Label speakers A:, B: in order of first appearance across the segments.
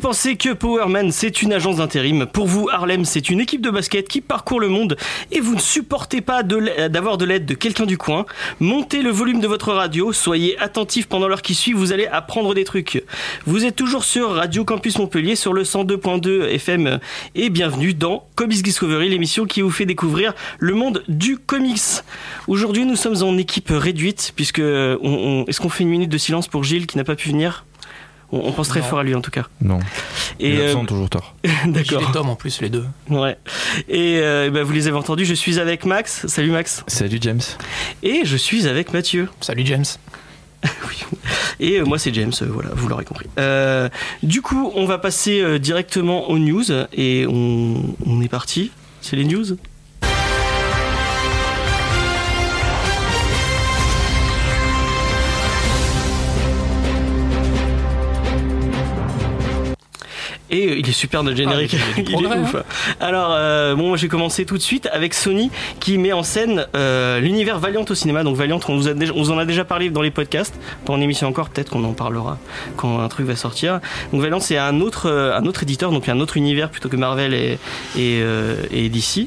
A: pensez que Powerman c'est une agence d'intérim, pour vous Harlem c'est une équipe de basket qui parcourt le monde et vous ne supportez pas de l'a- d'avoir de l'aide de quelqu'un du coin, montez le volume de votre radio, soyez attentif pendant l'heure qui suit, vous allez apprendre des trucs. Vous êtes toujours sur Radio Campus Montpellier sur le 102.2 FM euh, et bienvenue dans Comics Discovery, l'émission qui vous fait découvrir le monde du comics. Aujourd'hui nous sommes en équipe réduite puisque euh, on- on- est-ce qu'on fait une minute de silence pour Gilles qui n'a pas pu venir on, on pense très
B: Non.
A: fort à lui en tout cas.
C: Non,
A: Et
C: il
A: euh,
C: absent toujours tard.
B: J'ai
A: d'accord.
B: les tomes en plus, les deux.
A: Ouais. Et euh, eh ben, vous les avez entendus, je suis avec Max. Salut Max.
C: Salut James.
A: Et je suis avec Mathieu.
B: Salut James.
A: Et euh, moi c'est James, euh, voilà, vous l'aurez compris. Euh, du coup, on va passer euh, directement aux news et on, on est parti. C'est les news Et euh, il est super notre générique.
B: Ah, mais il y a du
A: Il est
B: progrès,
A: ouf. Alors, euh, bon, moi, j'ai commencé tout de suite avec Sony qui met en scène euh, l'univers Valiant au cinéma. Donc, Valiant, on vous, a déjà- on vous en a déjà parlé dans les podcasts, pas en émission encore, peut-être qu'on en parlera quand un truc va sortir. Donc, Valiant, c'est un autre, euh, un autre éditeur, donc un autre univers plutôt que Marvel et, et, euh, et DC.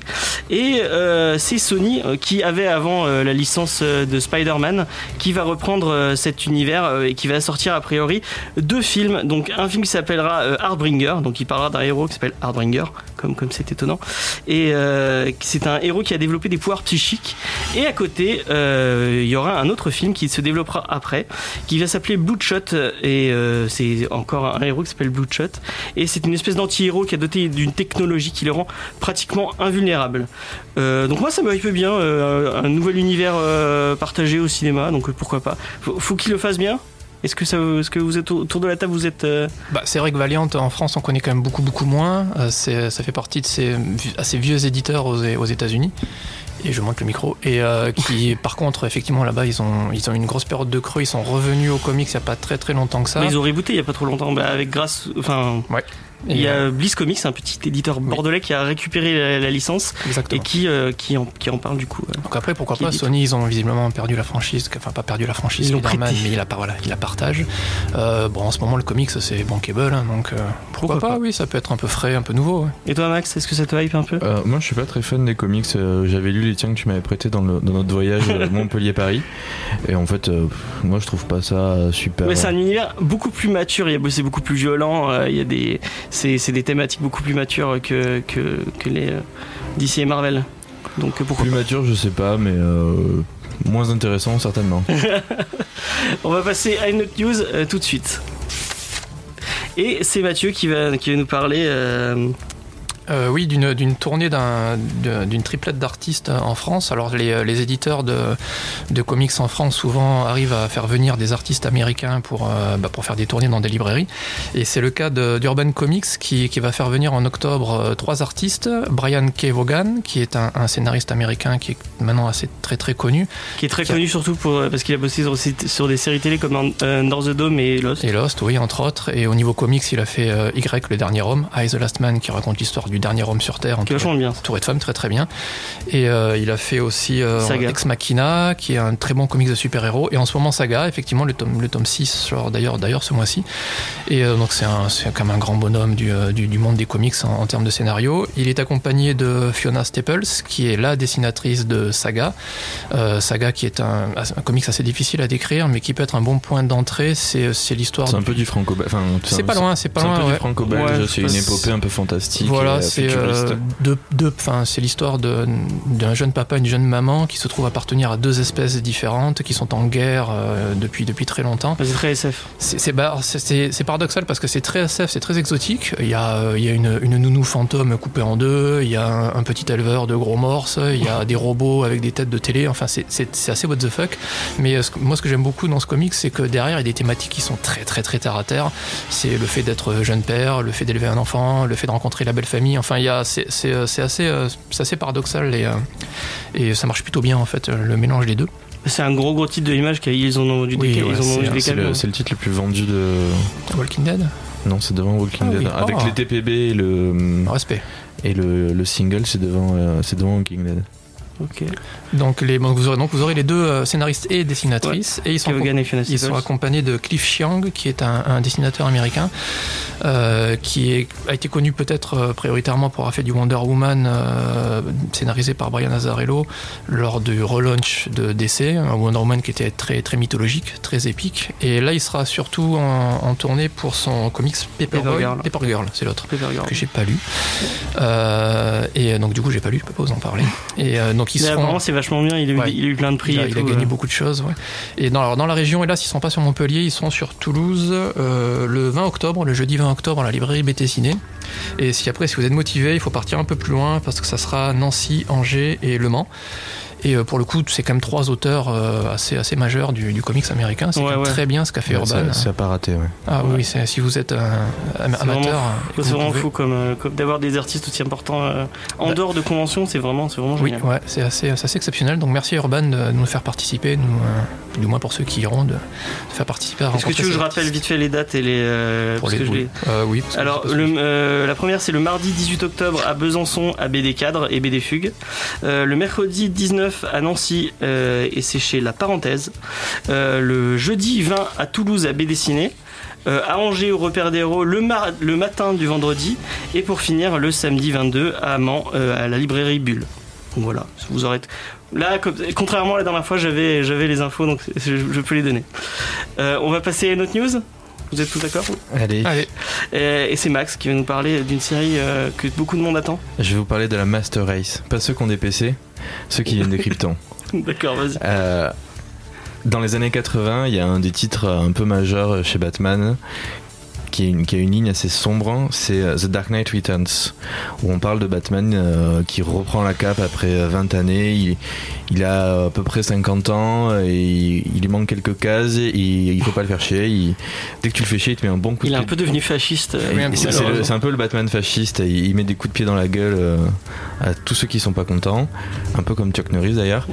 A: Et euh, c'est Sony euh, qui avait avant euh, la licence euh, de Spider-Man qui va reprendre euh, cet univers euh, et qui va sortir a priori deux films. Donc un film qui s'appellera euh, Heartbringer, donc il parlera d'un héros qui s'appelle Heartbringer, comme comme c'est étonnant. Et euh, c'est un héros qui a développé des pouvoirs psychiques. Et à côté, euh, il y aura un autre film qui se développera après, qui va s'appeler Bloodshot. Et euh, c'est encore un héros qui s'appelle Bloodshot. Et c'est une espèce d'anti-héros qui est doté d'une technologie qui le rend pratiquement invulnérable. Euh, donc moi ça me hype bien, euh, un nouvel univers euh, partagé au cinéma, donc euh, pourquoi pas. Faut, faut qu'il le fasse bien. Est-ce que, ça, est-ce que vous êtes au- autour de la table, vous êtes... euh,
B: Bah, c'est vrai que Valiant en France on connaît quand même beaucoup beaucoup moins. Euh, c'est- ça fait partie de ces vi- assez vieux éditeurs aux, aux États-Unis. Et je monte le micro. Et euh, qui par contre effectivement là-bas ils ont ils ont eu une grosse période de creux. Ils sont revenus aux comics il n'y a pas très très longtemps que ça.
A: bah, ils ont rebooté il y a pas trop longtemps, bah, avec grâce... Enfin,
B: Et, euh,
A: il y a Bliss Comics, un petit éditeur bordelais qui a récupéré la, la licence
B: euh, exactement.
A: et qui, euh, qui, en, qui en parle du coup. euh.
B: Donc après, pourquoi
A: Qui
B: pas
A: dit-
B: Sony, ils ont visiblement perdu la franchise, enfin pas perdu la franchise,
A: Ils l'ont
B: Spider-Man,
A: prêté.
B: mais il la, par- voilà, il la partage. Euh, bon, en ce moment, le comics, c'est bankable, hein, donc euh, pourquoi,
A: Pourquoi
B: pas,
A: pas.
B: Oui, ça peut être un peu frais, un peu nouveau. ouais.
A: Et toi Max, est-ce que ça te hype un peu
C: Euh, moi, je suis pas très fan des comics. euh, J'avais lu les tiens que tu m'avais prêté dans, le- dans notre voyage euh, Montpellier-Paris. Et en fait, euh, pff, moi, je trouve pas ça euh, super.
A: Ouais, c'est
B: hein.
A: un univers beaucoup plus mature, il y a- c'est beaucoup plus violent, euh, il y a des, c'est, c'est des thématiques beaucoup plus matures que, que, que les euh, DC et Marvel. Donc euh, pourquoi
C: Plus mature, je sais pas, mais euh, moins intéressant certainement.
A: pas. On va passer à une autre news euh, tout de suite. Et c'est Mathieu qui va, qui va nous parler. euh,
B: Euh, oui, d'une d'une tournée d'un- de- d'une triplette d'artistes en France. Alors, les, les éditeurs de, de comics en France souvent arrivent à faire venir des artistes américains pour, euh, bah, pour faire des tournées dans des librairies. Et c'est le cas de- d'Urban Comics qui, qui va faire venir en octobre euh, trois artistes. Brian K. Vaughan, qui est un, un scénariste américain qui est maintenant assez très très connu,
A: qui est très connu surtout pour, euh, parce qu'il a bossé sur, sur des séries télé comme Un- euh, Under the Dome et Lost.
B: et Lost, oui, entre autres. Et au niveau comics, il a fait euh, Y, le dernier homme, I, the Last Man, qui raconte l'histoire du dernier homme sur Terre. en
A: Qui est vachement bien.
B: Touré de femmes, très très bien. Et euh, il a fait aussi euh,
A: Saga.
B: Ex Machina, qui est un très bon comics de super-héros. Et en ce moment, Saga, effectivement, le tome, le tome 6 sort d'ailleurs, d'ailleurs ce mois-ci. Et euh, donc, c'est un- c'est comme un grand bonhomme du, euh, du, du monde des comics en, en termes de scénario. Il est accompagné de Fiona Staples, qui est la dessinatrice de Saga. Euh, Saga, qui est un, un comics assez difficile à décrire, mais qui peut être un bon point d'entrée. C'est c'est l'histoire.
C: C'est un
B: du-
C: peu du franco. Enfin,
B: C'est pas loin, c'est pas
C: C'est un
B: loin.
C: peu
B: ouais.
C: du franco-belge.
A: Ouais, je
C: c'est une
A: pense-
C: épopée un peu fantastique.
B: Voilà,
C: et, euh,
B: c'est
C: futuriste.
B: euh, deux, deux- enfin, c'est l'histoire de- d'un jeune papa et une jeune maman qui se trouvent appartenir à deux espèces différentes qui sont en guerre euh, depuis, depuis très longtemps.
A: Bah, C'est très SF.
B: C'est- C'est bar- c'est- c'est- c'est paradoxal parce que c'est très SF, c'est très exotique. Il y a, euh, il y a une, une nounou fantôme coupée en deux, il y a un, un petit éleveur de gros morses, il y a des robots avec des têtes de télé. Enfin, c'est- c'est c'est assez what the fuck. Mais euh, ce que- moi, ce que j'aime beaucoup dans ce comic, c'est que derrière, il y a des thématiques qui sont très, très, très terre à terre. C'est le fait d'être jeune père, le fait d'élever un enfant, le fait de rencontrer la belle famille. Enfin, il y a, c'est c'est, euh, c'est assez, euh, c'est assez paradoxal et, euh, et ça marche plutôt bien en fait, euh, le mélange des deux.
A: C'est un gros gros titre de l'image qu'ils en ont vendu
B: Oui,
A: des, ils
B: ouais,
A: en ont hein.
B: c'est-
A: vendu des
C: C'est le,
A: camions.
C: c'est le titre le plus vendu de.
B: Walking Dead,
C: Non, c'est devant Walking
B: Ah
C: Dead.
B: oui,
C: Avec
B: oh.
C: les TPB et le,
B: respect.
C: et le, le single, c'est devant, euh, c'est devant Walking Dead.
A: Ok.
B: Donc, les, bon, vous aurez, donc vous aurez les deux euh, scénaristes et dessinatrices. Et ils sont,
A: Kevogan et Fiona
B: ils sont
A: Staples.
B: accompagnés de Cliff Chiang, qui est un, un dessinateur américain, euh, qui est- a été connu peut-être euh, prioritairement pour avoir fait du Wonder Woman, euh, scénarisé par Brian Azzarello, lors du relaunch de DC, un Wonder Woman qui était très, très mythologique, très épique. Et là, il sera surtout en, en tournée pour son comics Paperboy-
A: Paper Girl.
B: Paper Girl c'est l'autre
A: Papergirl.
B: que j'ai pas lu. Euh, et euh, donc du coup j'ai pas lu, je peux pas vous en parler. Et euh, donc ils
A: Mais
B: seront.
A: apparemment, c'est vachement bien. Il a, eu,
B: Ouais.
A: il a eu plein de prix.
B: il a,
A: et
B: il a
A: tout,
B: gagné
A: euh.
B: beaucoup de choses. ouais. Et dans, alors, dans la région, hélas, ils sont pas sur Montpellier, ils sont sur Toulouse euh, le 20 octobre, le jeudi 20 octobre, à la librairie BT Ciné. Et si après, si vous êtes motivé, il faut partir un peu plus loin parce que ça sera Nancy, Angers et Le Mans. Et euh, pour le coup, c'est quand même trois auteurs euh, assez, assez majeurs du, du comics américain. C'est
A: Ouais,
B: quand même
A: ouais.
B: très bien ce qu'a fait
C: Ouais,
B: Urban.
C: ça, ça a pas raté, ouais.
B: Ah oui, c'est- si vous êtes un, am-
A: C'est
B: amateur, vous
A: C'est vraiment
B: pouvez-
A: fou comme, euh, comme d'avoir des artistes aussi importants euh, en
B: Bah.
A: dehors de conventions. C'est vraiment, c'est vraiment
B: Oui,
A: génial.
B: ouais, c'est assez, c'est assez exceptionnel. Donc merci Urban de de nous faire participer, nous, euh, du moins pour ceux qui iront, de, de faire participer à
A: Est-ce que
B: rencontrer
A: tu veux que je
B: ces
A: rappelle
B: artistes.
A: vite fait les dates et les. euh,
B: pour
A: parce
B: les,
A: que je
B: oui.
A: l'ai-
B: Euh, oui, parce que
A: Alors,
B: je sais pas
A: le-
B: ce que-
A: euh, la première, c'est le mardi 18 octobre à Besançon, à BD Cadre et BD Fugue. Euh, le mercredi 19 à Nancy, euh, et c'est chez La Parenthèse. Euh, le jeudi 20 à Toulouse, à BD Ciné. Euh, à Angers, au Repère des Héros, le, mar- le matin du vendredi. Et pour finir, le samedi 22 à Mans, euh, à la librairie Bulle. Donc voilà, vous aurez. Là, comme- contrairement à la dernière fois, j'avais j'avais les infos, donc je, je peux les donner. Euh, on va passer à une autre news Vous êtes tous d'accord
C: Allez.
B: Allez,
A: Euh, et, et c'est Max qui va nous parler d'une série euh, que beaucoup de monde attend.
C: Je vais vous parler de la Master Race. Pas ceux qui ont des PC, ceux qui viennent des Krypton.
A: D'accord, vas-y.
C: Euh, dans les années 80, il y a un des titres un peu majeurs chez Batman qui, est une- qui a une ligne assez sombre, c'est euh, The Dark Knight Returns, où on parle de Batman euh, qui reprend la cape après euh, 20 années, il, il a euh, à peu près 50 ans, et il, il lui manque quelques cases, et il faut pas le faire chier, il- dès que tu le fais chier, il te met un bon coup
A: Il est
C: de
A: un
C: pied
A: peu devenu fasciste. euh,
C: et
B: Oui, un peu,
C: c'est- C'est le-
A: malheureusement.
C: c'est un peu le Batman fasciste, il, il met des coups de pied dans la gueule euh, à tous ceux qui sont pas contents, un peu comme Chuck Norris d'ailleurs.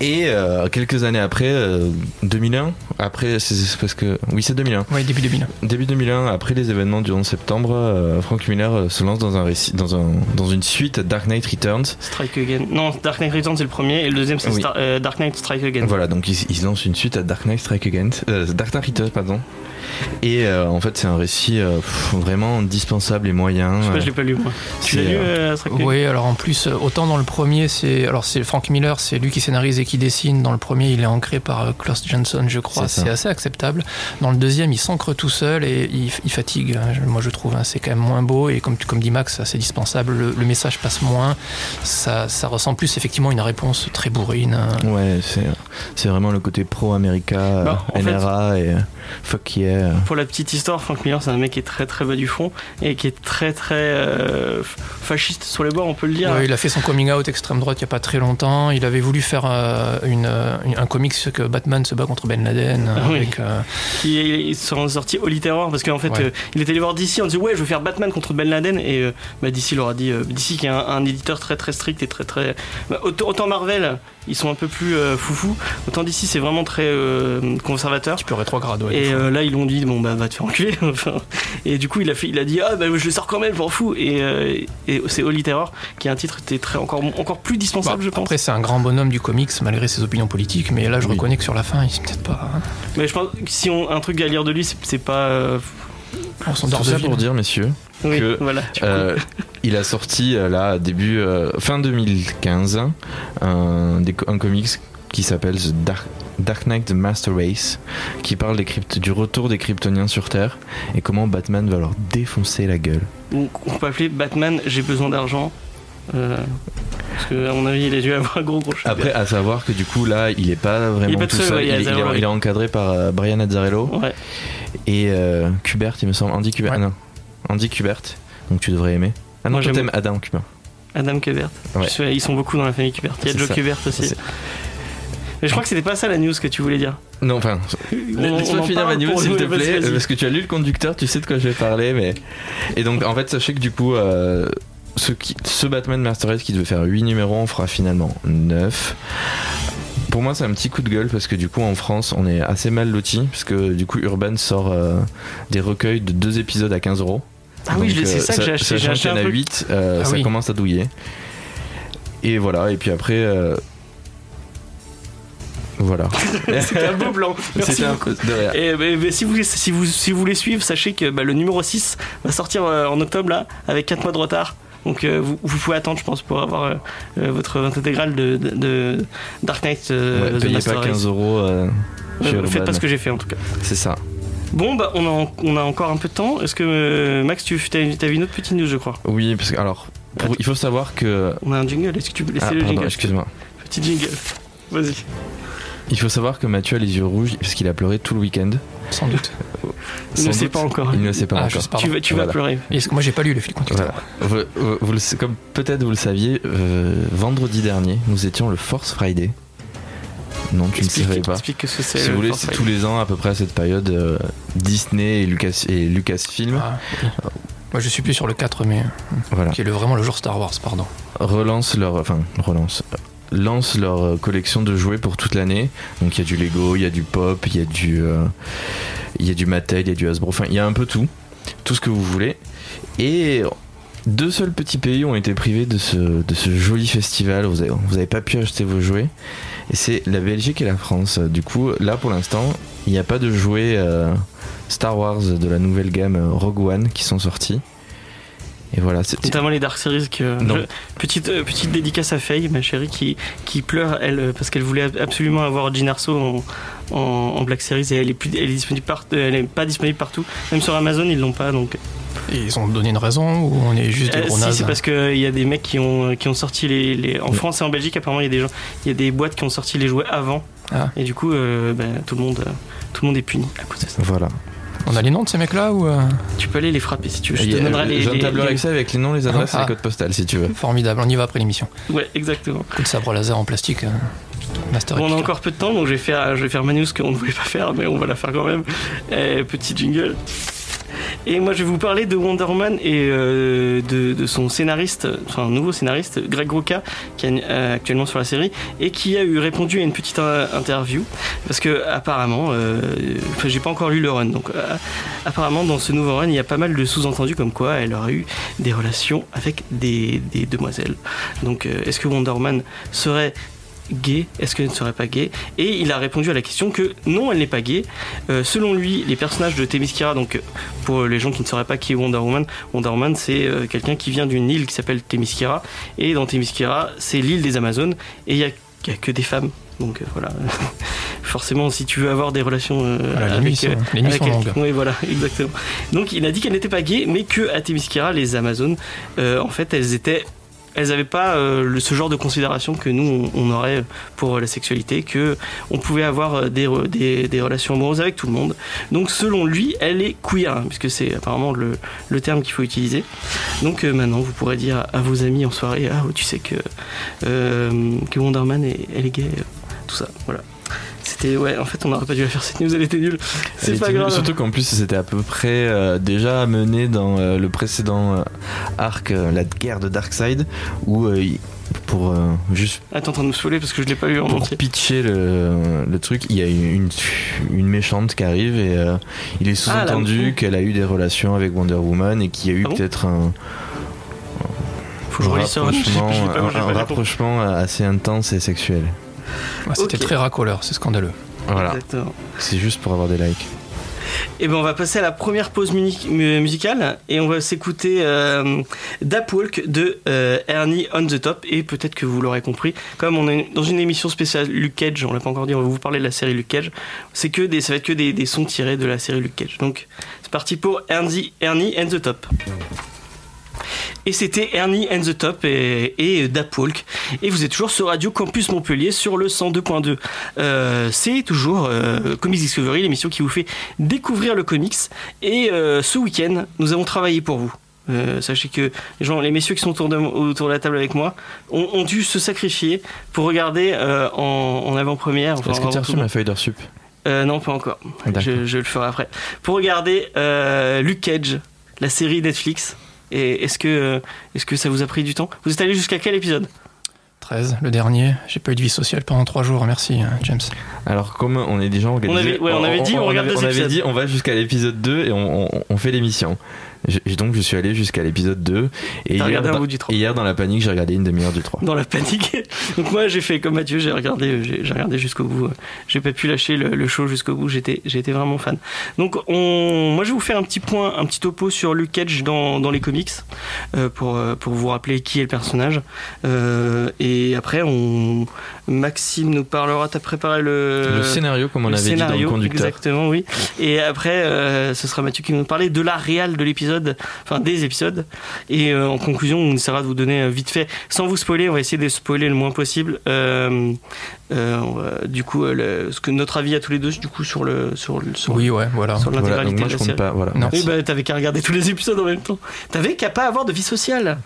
C: Et euh, quelques années après, euh, 2001, après, c'est c'est parce que. Oui, c'est 2001.
B: ouais, début 2000.
C: Début 2001, après les événements du 11 septembre, euh, Frank Miller euh, se lance dans, un récit, dans, un, dans une suite à Dark Knight Returns.
A: Strike Again. Non, Dark Knight Returns c'est le premier et le deuxième c'est
C: Oui.
A: Star- euh, Dark Knight Strike Again.
C: Voilà, donc ils, ils lancent une suite à Dark Knight Strike Again, euh, Dark Knight Returns, pardon. Et euh, en fait, c'est un récit euh, pff, vraiment indispensable et moyen.
A: Je sais pas,
C: Euh,
A: je l'ai pas lu moi. Tu l'as
C: c'est,
A: lu
C: euh,
A: euh, Strike Again
B: Oui, alors en plus, euh, autant dans le premier, c'est alors c'est Frank Miller, c'est lui qui scénarise et qui dessine. Dans le premier, il est ancré par euh, Klaus Johnson, je crois.
C: C'est ça.
B: C'est assez acceptable. Dans le deuxième, il s'ancre tout seul et il, il fatigue. hein. Je- Moi, je trouve, hein, c'est quand même moins beau et comme tu- comme dit Max, c'est assez dispensable. Le, le message passe moins. Ça, ça ressemble plus effectivement à une réponse très bourrine. hein.
C: Ouais, c'est, c'est vraiment le côté pro-américa,
A: Bah, en
C: euh, NRA et euh, fuck yeah.
A: Pour la petite histoire, Frank Miller c'est un mec qui est très très bas du front et qui est très très euh, f- fasciste sur les bords, on peut le dire.
B: Ouais, il a fait son coming out extrême droite il n'y a pas très longtemps. Il avait voulu faire euh, une, euh, une- un comics que Batman se bat contre Ben Laden. euh,
A: Ah oui.
B: avec, euh,
A: Qui est- ils sont sortis Holy Terror parce qu'en fait
B: Ouais.
A: euh, il était allé voir DC en disant ouais je veux faire Batman contre Ben Laden et euh, bah, DC leur a dit euh, DC qui est un, un éditeur très très strict et très très bah, autant, autant Marvel ils sont un peu plus euh, foufou autant DC c'est vraiment très euh,
B: un
A: conservateur
B: petit peu rétrograde. ouais, des
A: et
B: fois.
A: euh, là ils l'ont dit bon bah va te faire enculer Enfin, et du coup il a fait il a dit ah bah je le sors quand même je m'en fous et, euh, et c'est Holy Terror qui est un titre qui était très encore encore plus
B: Bah,
A: dispensable je pense
B: après, c'est un grand bonhomme du comics malgré ses opinions politiques, mais là, je
C: Oui.
B: reconnais que sur la fin, il s'est peut-être pas. hein.
A: mais je pense que si on un truc à lire de lui c'est c'est pas euh,
B: On s'en
C: Tout ça
B: Daredevil.
C: pour dire, messieurs,
A: oui
C: Que,
A: voilà
C: euh, il a sorti euh, là, début, euh, fin 2015, un, des co- un comics qui s'appelle The Dark, Dark Knight The Master Race, qui parle des crypt- du retour des Kryptoniens sur Terre et comment Batman va leur défoncer la gueule.
A: Donc, on peut appeler Batman J'ai besoin d'argent. Euh, parce que, à mon avis, il a dû avoir un gros gros chef.
C: Après, à savoir que du coup, là, il est pas vraiment
A: pas tout
C: tout
A: seul,
C: seul,
A: ouais, Ah, bah. il y a
C: il, est- il
A: Azzarello,
C: est, il est encadré par euh, Brian Azzarello.
A: Ouais.
C: et euh, Kubert, il me semble. Andy Kubert.
B: Ouais.
C: ah non. Andy Kubert, donc tu devrais aimer. Ah non,
A: Moi,
C: toi,
A: j'aime.
C: t'aimes Adam Kubert.
A: Adam Kubert.
C: Ouais.
A: Je sais, ils sont beaucoup dans la famille Kubert. Il y a
C: C'est
A: Joe
C: ça.
A: Kubert aussi.
C: C'est-
A: Mais je crois que c'était pas ça la news que tu voulais dire.
C: Non, enfin,
A: On- on
C: laisse-moi
A: en
C: finir ma
A: parle
C: news
A: pour
C: s'il
A: nous,
C: te
A: vas-y,
C: plaît,
A: vas-y.
C: parce que tu as lu le conducteur, tu sais de quoi je vais parler, mais. Et donc, en fait, sachez que du coup, euh, ce, qui- ce Batman Master Race qui devait faire 8 numéros, on fera finalement 9. Pour moi, c'est un petit coup de gueule parce que du coup, en France, on est assez mal lotis, parce que du coup, Urban sort euh, des recueils de deux épisodes à 15 euros.
A: Ah oui,
C: Donc,
A: je l'ai- c'est
C: euh,
A: ça que j'ai acheté. J'ai
C: sachant
A: acheté
C: qu'il y
A: un
C: en a
A: truc.
C: 8, euh,
B: Ah
C: ça
B: oui.
C: commence à douiller. Et voilà, et puis après. euh, Voilà.
A: C'était un beau plan. Merci
C: C'était un
A: beaucoup.
C: peu de rien.
A: Et bah, bah, si, vous, si, vous, si vous voulez suivre, sachez que bah, le numéro 6 va sortir euh, en octobre là, avec 4 mois de retard. Donc euh, vous, vous pouvez attendre, je pense, pour avoir euh, euh, votre vente intégrale de, de- de Dark Knight. euh,
C: Ouais,
A: The
C: payez
A: Master
C: pas
A: Race.
C: 15 euros euh, chez
A: Euh,
C: Urban.
A: Faites pas ce que j'ai fait en tout cas.
C: C'est ça.
A: Bon, bah, on, a, en- on a encore un peu de temps. Est-ce que euh, Max, tu as vu une autre petite news, je crois
C: Oui, parce que alors, pour- il faut savoir que.
A: On a un jingle. Est-ce que tu peux laisser
C: Ah,
A: le
C: pardon,
A: jingle
C: excuse-moi.
A: Petit jingle. Vas-y.
C: Il faut savoir que Mathieu a les yeux rouges parce qu'il a pleuré tout le week-end.
B: sans doute.
A: Il
C: Sans
A: ne sait
C: doute,
A: pas encore.
C: Il ne sait pas
B: Ah, je
C: encore.
B: sais pas.
A: Tu vas, tu vas
C: Voilà.
A: pleurer.
B: Et est-ce que moi j'ai pas lu le fil conducteur.
C: Voilà. Vous- vous- vous le sa- comme peut-être vous le saviez, euh, vendredi dernier, nous étions le Force Friday. Non, tu
A: explique,
C: ne savais pas.
A: Explique ce que c'est.
C: Si
A: le
C: vous voulez,
A: Force
C: c'est
A: Friday.
C: tous les ans à peu près à cette période, euh, Disney et, Lucas, et Lucasfilm
B: Ah, oui. Moi je suis plus sur le 4, mais
C: voilà,
B: qui est le, vraiment le jour Star Wars, pardon.
C: relance leur, enfin, relance, lance leur euh, collection de jouets pour toute l'année. Donc il y a du Lego, il y a du Pop, il y a du, euh, il y a du Mattel, il y a du Hasbro. Enfin, il y a un peu tout, tout ce que vous voulez. Et deux seuls petits pays ont été privés de ce, de ce joli festival. Vous avez, vous avez pas pu acheter vos jouets. Et c'est la Belgique et la France. Du coup, là pour l'instant, il n'y a pas de jouets euh, Star Wars de la nouvelle gamme euh, Rogue One qui sont sortis. Et voilà, c'est
A: Notamment les Dark Series. Que,
C: Non.
A: je- petite, euh, petite dédicace à Faye, ma chérie, qui, qui pleure elle, euh, parce qu'elle voulait ab- absolument avoir Jean Arso en, en, en Black Series et elle est, plus, elle, est disponible par- euh, elle est pas disponible partout. Même sur Amazon, ils l'ont pas. Donc,
B: Et ils ont donné une raison ou on est juste des
A: Euh,
B: gros
A: si,
B: nazes
A: c'est parce qu'il y a des mecs qui ont, euh, qui ont sorti les, les- En
C: hein. Oui.
A: France et en Belgique, apparemment, il y a des gens. Il y a des boîtes qui ont sorti les jouets avant.
B: Ah.
A: Et du coup, euh, bah, tout, le monde, euh, tout le monde est puni à cause de ça.
C: Voilà.
B: On a les noms de ces mecs-là ou euh,
A: Tu peux aller les frapper si tu veux. Je
C: Ah, Il y
A: te
C: a-
A: donnerai les.
C: J'ai un
A: les-
C: tableur
A: les-
C: avec ça avec les noms, les adresses et
B: Ah.
C: les codes postales si tu veux.
B: Formidable, on y va après l'émission.
A: Ouais, exactement.
B: Coup de sabre laser en plastique. euh, Master
A: Bon, on a
B: Replica.
A: encore peu de temps, donc je vais faire, je vais faire ma news qu'on ne voulait pas faire, mais on va la faire quand même. Euh, petit jingle. Et moi, je vais vous parler de Wonder Woman et euh, de, de son scénariste, enfin un nouveau scénariste, Greg Roca, qui est euh, actuellement sur la série et qui a eu répondu à une petite euh, interview parce que apparemment, euh, enfin, j'ai pas encore lu le run, donc euh, apparemment dans ce nouveau run, il y a pas mal de sous-entendus comme quoi elle aurait eu des relations avec des, des demoiselles. Donc, euh, est-ce que Wonder Woman serait gay Est-ce qu'elle ne serait pas gay Et il a répondu à la question que non, elle n'est pas gay. Euh, selon lui, les personnages de Themyscira, donc euh, pour les gens qui ne sauraient pas qui est Wonder Woman, Wonder Woman c'est euh, quelqu'un qui vient d'une île qui s'appelle Themyscira. Et dans Themyscira, c'est l'île des Amazones et il n'y a, il y a que des femmes. Donc euh, voilà. Forcément, si tu veux avoir des relations euh,
B: Voilà, les
A: avec,
B: nuits sont,
A: euh,
B: les nuits sont
A: avec
B: longues.
A: elle- Oui, voilà, exactement. Donc il a dit qu'elle n'était pas gay, mais que à Témiscaira, les Amazones, euh, en fait, elles étaient. Elles n'avaient pas euh, le- ce genre de considération que nous on, on aurait pour la sexualité, que on pouvait avoir euh, des, re- des, des relations amoureuses avec tout le monde. Donc selon lui, elle est queer, hein, puisque c'est apparemment le, le terme qu'il faut utiliser. Donc euh, maintenant, vous pourrez dire à vos amis en soirée, ah tu sais que euh, que Wonder Man est, elle est gay, euh, tout ça. Voilà. C'était ouais. En fait, on n'aurait pas dû la faire cette news, elle était nulle.
C: Elle
A: C'est
C: était
A: pas
C: nulle,
A: grave.
C: Surtout qu'en plus, c'était à peu près euh, déjà mené dans euh, le précédent euh, arc, euh, la guerre de Darkseid, où euh, il- pour euh, juste
A: Ah, t'es en train de me saouler parce que je l'ai pas lu en
C: pour
A: entier.
C: pitcher le, le truc, il y a une, une méchante qui arrive et euh, il est
A: Ah,
C: sous-entendu
A: là, oui.
C: qu'elle a eu des relations avec Wonder Woman et qu'il y a eu
A: Ah bon
C: peut-être un,
A: Faut que je relise ça. Je l'ai- je l'ai
C: rapprochement,
A: pas- je l'ai
C: un-
A: pas
C: un
A: lu.
C: rapprochement euh, assez intense et sexuel.
B: Ouais, Ah, C'était
A: Ok.
B: très racoleur, c'est scandaleux.
C: Voilà,
A: Exactement.
C: c'est juste pour avoir des likes.
A: Et ben on va passer à la première pause muni- mu- musicale et on va s'écouter euh, Dap Walk de euh, Ernie on the Top et peut-être que vous l'aurez compris, comme on est dans une émission spéciale Luke Cage, on l'a pas encore dit, on va vous parler de la série Luke Cage, c'est que des, ça va être que des, des sons tirés de la série Luke Cage. Donc c'est parti pour Ernie, Ernie and the Top. Et c'était Ernie and the Top et, et Dap Walk. Et vous êtes toujours sur Radio Campus Montpellier sur le 102.2. Euh, c'est toujours euh, Comics Discovery, l'émission qui vous fait découvrir le comics. Et euh, ce week-end, nous avons travaillé pour vous. Euh, sachez que les, gens, les messieurs qui sont autour de, autour de la table avec moi ont, ont dû se sacrifier pour regarder euh, en, en avant-première. enfin,
C: Est-ce que
A: en
C: tu as reçu
A: avant-tout-
C: ma feuille d'heure sup
A: euh, non, pas encore.
C: Ah, D'accord.
A: Je, je le ferai après. Pour regarder euh, Luke Cage, la série Netflix. Et est-ce que, est que ça vous a pris du temps Vous êtes allé jusqu'à quel épisode
B: 13, le dernier. J'ai pas eu de vie sociale pendant 3 jours, merci euh, James.
C: Alors comme on est des gens organisés,
A: avait- ouais, on avait dit, on regarde
C: avait-
A: deux
C: on avait
A: épisodes.
C: dit, on va jusqu'à l'épisode 2 et on, on- on fait l'émission. Je- je- donc je suis allé jusqu'à l'épisode 2 et bah,
A: T'as
C: hier,
A: regardé un
C: dans-
A: bout du trois.
C: et hier dans la panique j'ai regardé une demi-heure du 3.
A: dans la panique. Donc moi j'ai fait comme Mathieu, j'ai regardé, j'ai j'ai regardé jusqu'au bout. euh, J'ai pas pu lâcher le, le show jusqu'au bout. J'étais, j'étais vraiment fan. Donc on, moi je vais vous faire un petit point, un petit topo sur Luke Cage dans, dans les comics euh, pour euh, pour vous rappeler qui est le personnage. Euh, et après on, Maxime nous parlera. T'as préparé le,
C: le scénario comme on
A: Euh, le
C: avait dit dans le conducteur.
A: exactement, oui. Et après, euh, ce sera Mathieu qui va nous parler de la réal de l'épisode, enfin des épisodes. Et euh, en conclusion, on essaiera de vous donner euh, vite fait, sans vous spoiler, on va essayer de spoiler le moins possible. euh, euh, on va- du coup, euh, le- ce que notre avis à tous les deux, du coup, sur le sur le sur,
B: Oui, ouais, voilà.
A: sur
C: Voilà, donc
A: l'intégralité
C: moi
A: de
C: je
A: la
C: compte
A: série.
C: pas. Voilà.
B: Non.
A: Oui,
C: merci.
A: bah, t'avais qu'à regarder tous les épisodes en même temps. T'avais qu'à pas avoir de vie sociale.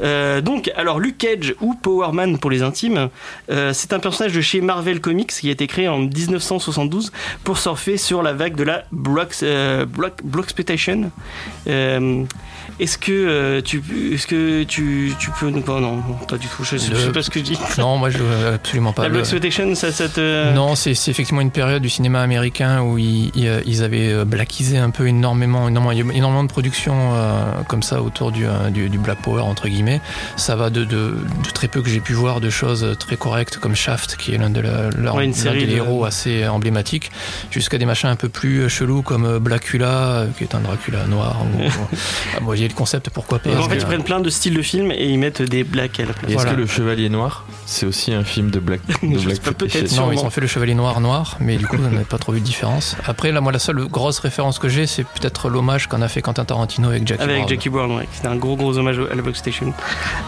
A: Euh, donc, alors Luke Cage ou Power Man pour les intimes, euh, c'est un personnage de chez Marvel Comics qui a été créé en 1972 pour surfer sur la vague de la Blox, euh, block, Bloxploitation. Euh, Est-ce que, euh, tu, est-ce que tu, tu peux nous oh, non, non, pas du tout. Je, sais- je sais
B: Le-
A: pas ce que je dis.
B: Non, moi, je absolument pas.
A: la
B: le-
A: Bloxploitation, ça, ça te.
B: Non, c'est c'est effectivement une période du cinéma américain où ils, ils- ils avaient euh, blackisé un peu énormément, énormément, il y a eu énormément de productions euh, comme ça autour du, euh, du, du Black Power, entre guillemets. Ça va de, de, de très peu que j'ai pu voir de choses très correctes comme Shaft, qui est l'un de la- leur-
A: Ouais, une
B: l'un
A: série
B: des
A: de-
B: héros assez emblématiques, jusqu'à des machins un peu plus chelous comme euh, Blackula, euh, qui est un Dracula noir. ou- ou- Ah, bon, il y a le concept, pourquoi pas.
A: Et en fait,
B: mais,
A: ils prennent plein de styles de films et ils mettent des blacks à la place.
C: Et Est-ce
B: Voilà.
C: que le Chevalier Noir, c'est aussi un film de Black de
A: Je sais
C: Black
A: pas, peut-être.
C: Exploitation
B: Non, ils
A: sûrement.
B: ont fait le chevalier noir noir, mais du coup, on n'a pas trop vu de différence. Après, là, moi, la seule grosse référence que j'ai, c'est peut-être l'hommage qu'en a fait Quentin Tarantino avec Jackie
A: Avec
B: Brown.
A: Jackie Brown, ouais. C'était un gros gros hommage à la Box Station.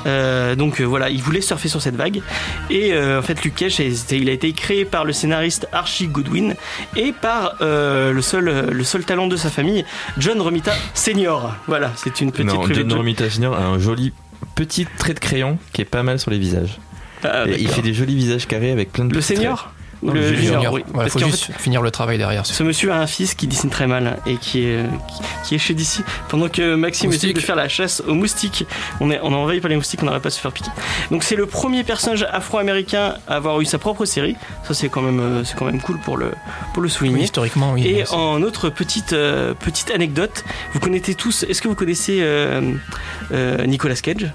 A: Euh, donc euh, voilà, il voulait surfer sur cette vague. Et euh, en fait, Luke Cage, c'était- il a été créé par le scénariste Archie Goodwin et par euh, le, seul, le seul talent de sa famille, John Romita Senior. Voilà, c'est une petite
C: Non,
A: privée
C: John
A: de-
C: Romita Jr. a un joli petit trait de crayon qui est pas mal sur les visages.
A: Ah,
C: Et il
A: d'accord.
C: fait des jolis visages carrés avec plein de
A: Le
C: petits traits.
A: senior Ou
C: Non,
A: le
C: le
B: Junior,
A: junior, oui.
B: Voilà,
A: Parce
B: faut
A: qu'en
B: juste finir le travail derrière.
A: Ce monsieur a un fils qui dessine très mal et qui est, qui- qui est chez DC. Pendant que Maxime essaie
B: Moustique.
A: de faire la chasse aux moustiques, on est, on est envahi par les moustiques, on n'arrête pas de se faire piquer. Donc c'est le premier personnage afro-américain à avoir eu sa propre série. Ça c'est quand même, euh, c'est quand même cool pour le, pour le
B: Oui,
A: souligner.
B: historiquement, oui.
A: Et
B: c'est-
A: en autre petite, euh, petite anecdote, vous connaissez tous, est-ce que vous connaissez euh, euh, Nicolas Cage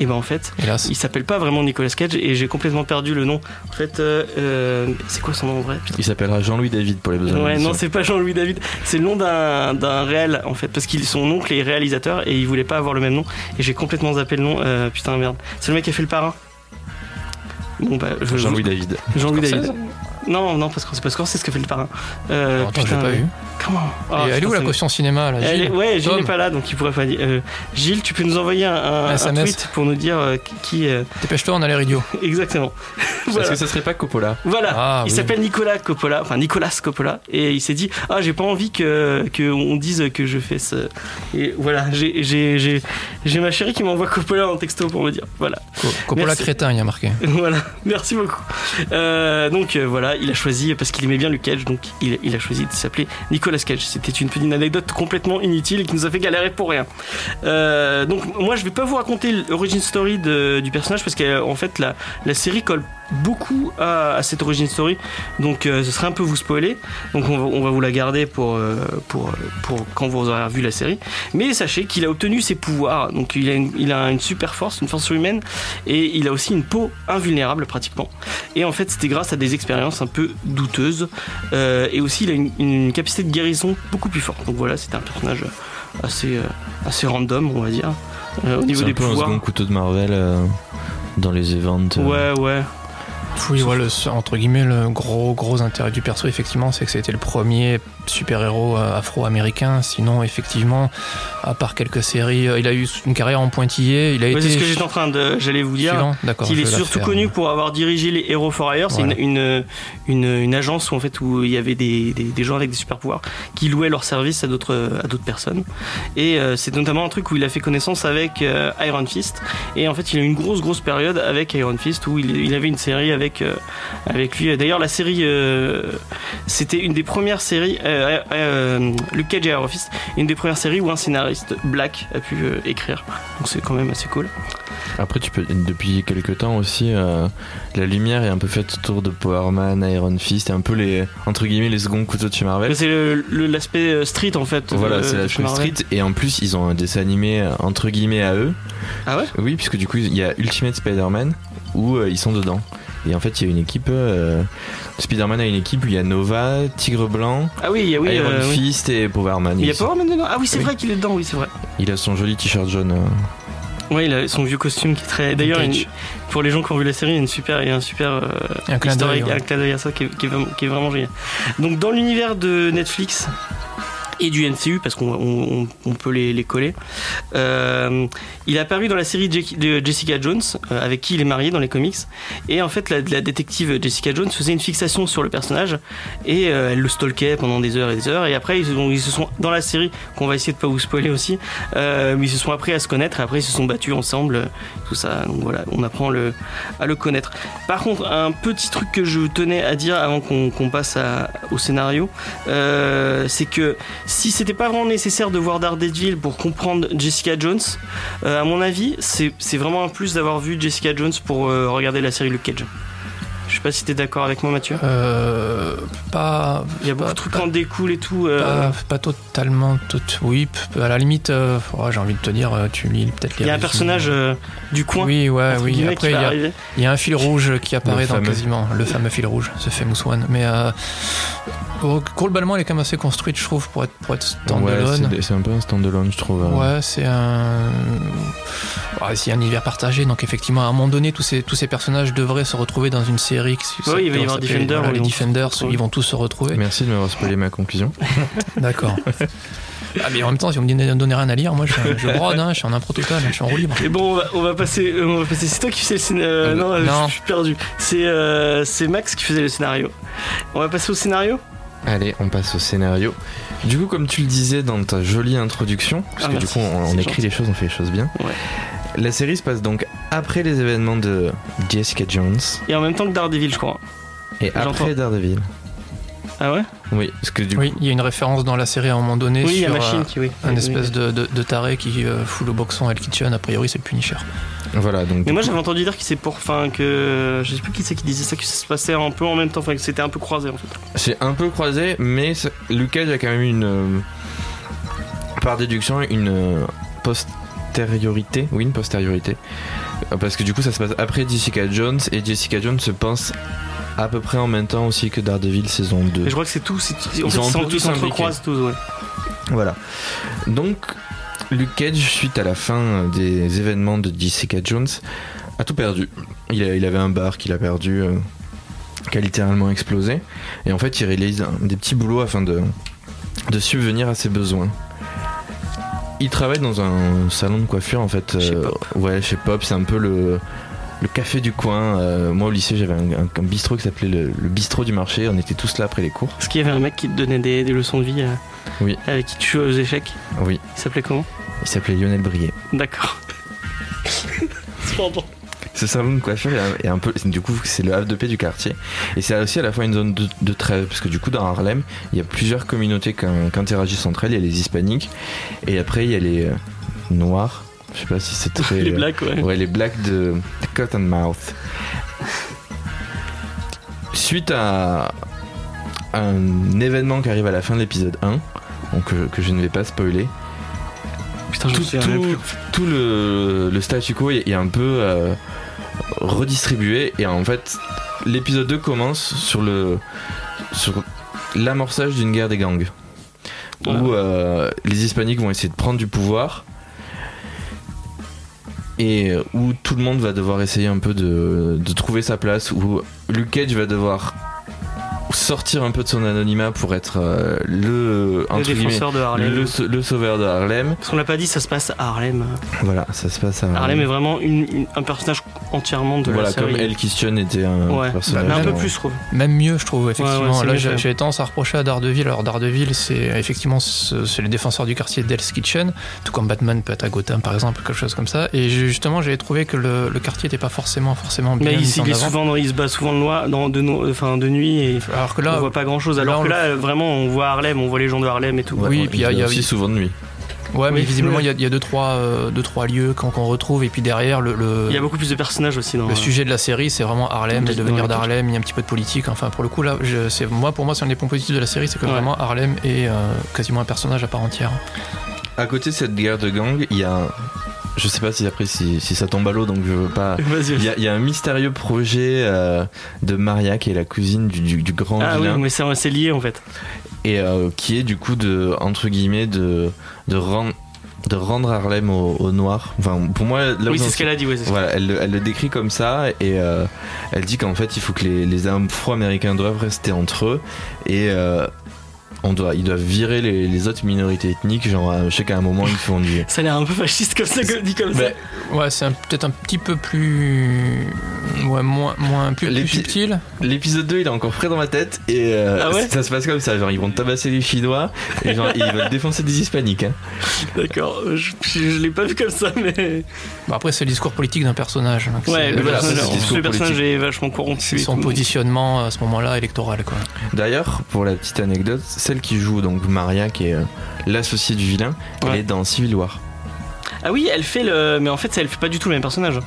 A: Et ben en fait,
B: Hélas.
A: il s'appelle pas vraiment Nicolas Cage et j'ai complètement perdu le nom. En fait, euh, euh, c'est quoi son nom en vrai
C: Il s'appellera Jean-Louis David pour les besoins. de
A: Ouais,
C: l'émission.
A: non, c'est pas Jean-Louis David, c'est le nom d'un d'un réel en fait, parce qu'il son oncle est réalisateur et il voulait pas avoir le même nom. Et j'ai complètement zappé le nom. euh, putain merde, c'est le mec qui a fait le parrain. Bon bah je-
C: Jean-Louis David.
A: Jean-Louis
B: Scorsese
A: David. Non, non, parce que c'est pas Scorsese ce qui a fait le parrain. Euh,
B: Alors, Attends, je l'ai pas
A: mais
B: vu.
A: Comment Ah,
B: Et elle est
A: putain,
B: où la
A: ça-
B: caution cinéma là
A: elle est-
B: Gilles
A: ouais, Gilles
B: Tom.
A: n'est pas là, donc il pourrait pas dire. Euh, Gilles, tu peux nous envoyer un, un- un
B: SMS.
A: tweet pour nous dire euh, qui. euh,
B: Dépêche-toi, on a l'air idiot.
A: exactement. Voilà.
C: Est-ce que ça serait pas Coppola
A: Voilà,
B: Ah,
A: il
B: oui.
A: s'appelle Nicolas Coppola, enfin Nicolas Coppola, et il s'est dit ah j'ai pas envie que qu'on dise que je fais ce et voilà j'ai j'ai j'ai j'ai ma chérie qui m'envoie Coppola en texto pour me dire voilà
B: Co- Coppola
A: Merci.
B: crétin, il y a marqué.
A: voilà merci beaucoup Euh, donc euh, voilà il a choisi parce qu'il aimait bien Luke Cage donc il, il a choisi de s'appeler Nicolas Cage c'était une petite anecdote complètement inutile et qui nous a fait galérer pour rien euh, donc moi je vais pas vous raconter l'origin story de- du personnage parce qu'en fait la, la série colle beaucoup à, à cette origin story donc euh, ce serait un peu vous spoiler donc on va, on va vous la garder pour, euh, pour, euh, pour quand vous aurez vu la série mais sachez qu'il a obtenu ses pouvoirs donc il a, une, il a une super force une force humaine et il a aussi une peau invulnérable pratiquement et en fait c'était grâce à des expériences un peu douteuses Euh, et aussi il a une, une capacité de guérison beaucoup plus forte donc voilà c'était un personnage assez, euh, assez random on va dire Euh, au niveau
C: C'est un
A: des
C: peu un
A: pouvoirs
C: second couteau de Marvel euh, dans les events. euh,
A: Ouais, ouais.
B: Oui, ouais, le- entre guillemets, le gros, gros intérêt du perso, effectivement, c'est que c'était le premier super-héros euh, afro-américain. Sinon, effectivement, à part quelques séries, euh, il a eu une carrière en pointillé. Il a
A: Ouais,
B: été
A: c'est ce que j'étais en train de. J'allais vous dire.
B: suivant. D'accord,
A: Il
B: je
A: est
B: vais la
A: surtout
B: faire.
A: connu pour avoir dirigé les Hero for Hire. C'est
B: Voilà.
A: une, une, une, une agence où, en fait, où il y avait des, des, des gens avec des super pouvoirs qui louaient leurs services à d'autres, à d'autres personnes. Et euh, c'est notamment un truc où il a fait connaissance avec euh, Iron Fist. Et en fait, il a eu une grosse, grosse période avec Iron Fist où il, il avait une série avec, euh, avec lui. D'ailleurs, la série, euh, c'était une des premières séries, euh, euh, euh, Luke Cage et Iron Fist, une des premières séries où un, scénari- scénariste Black a pu euh, écrire. Donc c'est quand même assez cool.
C: Après, tu peux, depuis quelques temps aussi, euh, la lumière est un peu faite autour de Power Man, Iron Fist, et un peu les, entre guillemets, les seconds couteaux de chez Marvel.
A: Mais c'est le- le- l'aspect euh, street en fait.
C: Voilà,
A: de-
C: c'est la
A: de
C: chose
A: Marvel.
C: street, et en plus, ils ont un dessin animé, euh, entre guillemets, à eux.
A: Ah ouais
C: Oui, puisque du coup, il y a Ultimate Spider-Man, où euh, ils sont dedans. Et en fait, il y a une équipe, euh, Spider-Man a une équipe où il y a Nova, Tigre Blanc,
A: Ah oui, il y a- oui,
C: Iron
A: euh, oui.
C: Fist et Power Man.
A: Il y a
C: Ils sont-
A: Power Man dedans Ah oui, c'est
C: Oui.
A: vrai qu'il est dedans, oui, c'est vrai.
C: Il a son joli t-shirt jaune. euh,
A: Ouais, il a son vieux costume qui est très. D'ailleurs,
B: Vintage.
A: une- pour les gens qui ont vu la série, il y a une super, il y a un super euh,
B: Un clin d'œil,
A: historique,
B: ouais.
A: un clin d'œil à ça qui est, qui est vraiment, qui est vraiment génial. Donc, dans l'univers de Netflix et du MCU, parce qu'on on, on- on peut les, les coller, euh, il a apparu dans la série Jack- de Jessica Jones, euh, avec qui il est marié dans les comics. Et en fait, la, la détective Jessica Jones faisait une fixation sur le personnage et euh, elle le stalkait pendant des heures et des heures. Et après, ils, se sont- ils se sont, dans la série, qu'on va essayer de pas vous spoiler aussi, euh, mais ils se sont appris à se connaître et après ils se sont battus ensemble, euh, tout ça. Donc voilà, on apprend le, à le connaître. Par contre, un petit truc que je tenais à dire avant qu'on qu'on passe à- au scénario, euh, c'est que si c'était pas vraiment nécessaire de voir Daredevil pour comprendre Jessica Jones, euh, à mon avis, c'est c'est vraiment un plus d'avoir vu Jessica Jones pour euh, regarder la série Luke Cage. Je sais pas si t'es d'accord avec moi, Mathieu.
B: Euh, pas,
A: Il y a beaucoup
B: pas-
A: de trucs
B: pas-
A: qui en découlent et tout. euh,
B: pas, pas totalement tout. Oui, p- à la limite, euh, oh, j'ai envie de te dire, euh, tu lis peut-être les.
A: il y a un
B: résumés.
A: personnage euh, du coin.
B: Oui, ouais,
A: entre
B: oui.
A: guillemets, qui
B: Après, il y,
A: va
B: a-
A: arriver.
B: il y a un fil rouge qui apparaît
C: Le
B: dans
C: fameux.
B: quasiment le fameux fil rouge, ce famous one. Mais euh, bon, globalement, elle est quand même assez construite, je trouve, pour être, pour être
C: ouais,
B: standalone.
C: c'est des- c'est un peu un standalone, je trouve. euh.
B: Ouais, c'est un. Ouais, c'est un univers partagé, donc effectivement, à un moment donné, tous ces, tous ces personnages devraient se retrouver dans une série. Qui,
A: Oui, il va y avoir
B: s'appelle-
A: Defender,
B: voilà,
A: où
B: les
A: ils vont
B: Defenders,
A: se
B: où ils vont tous se retrouver.
C: Merci de m'avoir spoilé ma conclusion.
B: D'accord. Ah, mais en même temps, si on me dit de donner rien à lire, moi je, je brode, hein, je suis en impro total, je suis en roue libre.
A: Et bon, on va, on va passer. euh, on va passer. C'est toi qui faisais le scénario.
B: Euh,
A: non, je-
B: non.
A: Je, suis perdu. C'est euh, c'est Max qui faisait le scénario. On va passer au scénario.
C: Allez, on passe au scénario. Du coup, comme tu le disais dans ta jolie introduction, parce
A: Ah,
C: que du
A: merci,
C: coup, on, on
A: c'est gentil.
C: écrit les choses, on fait les choses bien.
A: Ouais.
C: La série se passe donc après les événements de Jessica Jones
A: Et en même temps que Daredevil, je crois.
C: et après Daredevil.
A: Ah ouais
C: Oui, parce que du
B: Oui, il y a une référence dans la série à un moment donné
A: Oui, il y
B: sur
A: a Machine
B: euh,
A: qui, oui.
B: un
A: Oui,
B: espèce
A: oui.
B: de, de, de taré qui euh, fout le boxon à El Kitchen, a priori c'est le Punisher.
C: coup, voilà, donc
A: Mais moi j'avais entendu dire qu'il c'est pour. Enfin, que. Je sais plus qui c'est qui disait ça, que ça se passait un peu en même temps. Enfin, que c'était un peu croisé en fait.
C: c'est un peu croisé, mais ça- Luke Cage a quand même une, euh, par déduction, une euh, postériorité. Oui, une postériorité. Euh, Parce que du coup, ça se passe après Jessica Jones et Jessica Jones se pense à peu près en même temps aussi que Daredevil saison 2.
A: Mais je crois que c'est tout. c'est- En
C: Ils
A: fait,
C: ont
A: ils
C: un
A: s'en-
C: peu
A: ils
C: tous imbriqués.
A: s'entrecroisent tous, ouais.
C: Voilà. Donc, Luke Cage, suite à la fin euh, des événements de Jessica Jones, a tout perdu. Il, a- il avait un bar qu'il a perdu, euh, qui a littéralement explosé. Et en fait, il réalise un- des petits boulots afin de, de subvenir à ses besoins. Il travaille dans un salon de coiffure, en fait.
A: Chez
C: euh, ouais, chez Pop, c'est un peu le. Le café du coin, Euh, moi au lycée j'avais un, un- un bistrot qui s'appelait le- le bistrot du marché, on était tous là après les cours.
A: Parce qu'il y avait un mec qui te donnait des, des leçons de vie. euh,
C: Oui.
A: Avec qui tu jouais aux échecs.
C: Oui,
A: Il s'appelait comment
C: il s'appelait Lionel Brier.
A: D'accord. c'est pas bon.
C: Ce salon de coiffure est un- est un peu. Du coup, c'est le havre de paix du quartier. Et c'est aussi à la fois une zone de, de trêve, parce que du coup, dans Harlem, il y a plusieurs communautés qui qui interagissent entre elles. Il y a les hispaniques, et après, il y a les euh, noirs. Je sais pas si c'est très.
A: Les blagues, ouais.
C: euh, Ouais, les blacks de Cottonmouth. Suite à un événement qui arrive à la fin de l'épisode 1, donc euh, que, que je ne vais pas spoiler,
A: Putain, je
C: tout,
A: me souviens
C: tout-
A: plus.
C: tout le, le statu quo est, est un peu euh, redistribué et en fait l'épisode 2 commence sur le sur l'amorçage d'une guerre des gangs
A: Voilà.
C: où euh, les hispaniques vont essayer de prendre du pouvoir et euh, où tout le monde va devoir essayer un peu de, de trouver sa place où Luke Cage va devoir sortir un peu de son anonymat pour être euh, le
A: Le
C: entre guillemets,
A: défenseur de Harlem.
C: le sau- le sauveur de Harlem
A: Parce qu'on l'a pas dit, ça se passe à Harlem.
C: voilà, ça se passe à
A: Harlem est vraiment une- une- un personnage entièrement de
C: Voilà,
A: la série.
C: comme El Christian était un
A: Ouais. bah,
C: personnage. euh,
A: Mais un peu
C: dans-
A: plus, je trouve.
B: Même mieux, je trouve, effectivement.
A: ouais, c'est
B: Là,
A: mieux
B: j'ai
A: fait.
B: j'ai tendance à reprocher à Daredevil. Alors, Daredevil, c'est euh, effectivement ce- c'est le défenseur du quartier d'Hell's Kitchen, tout comme Batman peut être à Gotham, par exemple, quelque chose comme ça. Et j'ai- justement, j'avais trouvé que le, le quartier n'était pas forcément, forcément bien
A: Mais
B: mis
A: il,
B: en
A: il est
B: avant.
A: souvent dans- il se bat souvent de, loi, dans, de, no- euh, enfin, de nuit et
B: Alors que
A: on
B: là,
A: voit pas grand chose. Alors
B: là, on
A: que
B: le-
A: là, vraiment, on voit Harlem, on voit les gens de Harlem et tout.
C: Ouais,
B: Oui,
C: on-
B: puis il
C: il
B: y a-
C: est
B: il y a-
C: aussi souvent de nuit.
B: Ouais, mais
A: Oui.
B: visiblement, il y a, il y a deux, trois, euh, deux, trois lieux qu'on qu'on retrouve. Et puis derrière, le, le,
A: Il y a beaucoup plus de personnages aussi
C: Bah,
A: dans.
B: le sujet de la série, c'est vraiment Harlem,
A: Dans
B: le
A: les-
B: devenir
A: dans les-
B: d'Harlem. Il y a un petit peu de politique. Enfin, pour le coup, là, je- c'est- moi, pour moi, c'est un des points positifs de la série, c'est que
A: Ouais.
B: vraiment Harlem est euh, quasiment un personnage à part entière.
C: À côté de cette guerre de gang, il y a. Je sais pas si après si, si ça tombe à l'eau, donc je veux pas.
A: Vas-y.
C: Il y, a- il y a un mystérieux projet euh, de Maria qui est la cousine du, du- du grand
A: Ah oui,
C: vilain
A: mais c'est c'est lié en fait.
C: et euh, qui est du coup de entre guillemets de de rendre de rendre Harlem au, au noir. Enfin, pour moi, là
A: oui,
C: où
A: c'est
C: j'en
A: ce
C: suis-
A: qu'elle a dit. Ouais, c'est ce
C: Voilà, elle, le- elle le décrit comme ça et euh, elle dit qu'en fait il faut que les, les Afro-Américains doivent rester entre eux et euh, on doit, ils doivent virer les, les autres minorités ethniques. Genre, euh, je sais qu'à un moment ils font du.
A: Ça a l'air un peu fasciste comme ça, que dit comme ça.
C: Ben,
B: Ouais, c'est un- peut-être un petit peu plus. Ouais, moins, moins plus,
C: Les
B: plus
C: pi-
B: subtil.
C: L'épisode 2 il est encore frais dans ma tête et euh,
A: Ah ouais
C: ça se passe comme ça. Genre, ils vont tabasser les Chinois et genre, ils veulent défoncer des Hispaniques. hein.
A: D'accord, euh, je, je- je l'ai pas vu comme ça, mais.
B: Bah, après, c'est le discours politique d'un personnage. donc c'est-
A: Ouais,
C: mais
A: le,
C: voilà,
A: personnage,
C: ça, c'est le discours
A: le personnage
C: politique.
A: est vachement corrompu.
B: c'est
A: et
B: son
A: tout.
B: positionnement à ce moment-là électoral, quoi.
C: D'ailleurs, pour la petite anecdote, celle qui joue donc Maria, qui est euh, l'associée du vilain, elle
A: Ouais.
C: est dans Civil War.
A: Ah oui, elle fait le. Mais en fait, elle fait pas du tout le même personnage.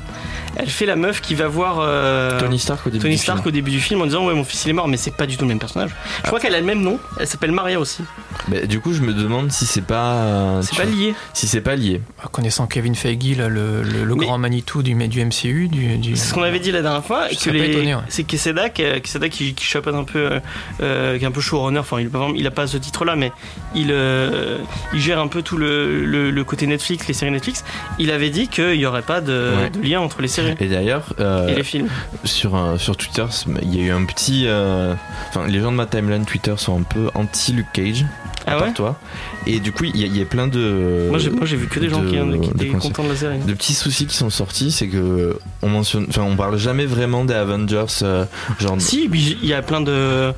A: Elle fait la meuf qui va voir. euh,
C: Tony Stark au début.
A: Tony
C: du film. Ah.
A: Stark au début du film en disant ouais mon fils il est mort mais c'est pas du tout le même personnage. Je crois qu'elle a le même nom, elle s'appelle Maria aussi.
C: Bah, du coup, je me demande si c'est pas, euh,
A: C'est
C: tu
A: pas
C: vois,
A: lié.
C: si c'est pas lié.
B: Bah, Connaissant Kevin Feige, là, le, le- le
A: Mais-
B: grand Manitou du, du MCU, du. du-
A: C'est ce qu'on avait dit la dernière fois.
B: Je
A: que
B: serais pas
A: les-
B: étonné, ouais.
A: C'est Queseda, qui, Queseda qui, qui chapeaute un peu, euh, euh, qui est un peu showrunner. Enfin, il, il a pas ce titre-là, mais il, euh, il gère un peu tout le, le, le côté Netflix, les séries Netflix. Il avait dit qu'il n'y aurait pas de,
C: Ouais.
A: de lien entre les séries.
C: Et d'ailleurs, euh,
A: Et les films.
C: sur un- sur Twitter, c'est- il y a eu un petit. euh, Enfin, les gens de ma timeline Twitter sont un peu anti Luke Cage. à
A: Ah
C: part
A: ouais
C: toi. Et du coup, il y, a- il y a plein de.
A: Moi j'ai, moi, j'ai vu que des gens
C: de-
A: qui, qui
C: de
A: étaient
C: conseils.
A: contents de la série.
C: de petits soucis qui sont sortis, c'est que on mentionne, enfin, on parle jamais vraiment des Avengers. euh, genre,
A: Si, mais il y a plein de.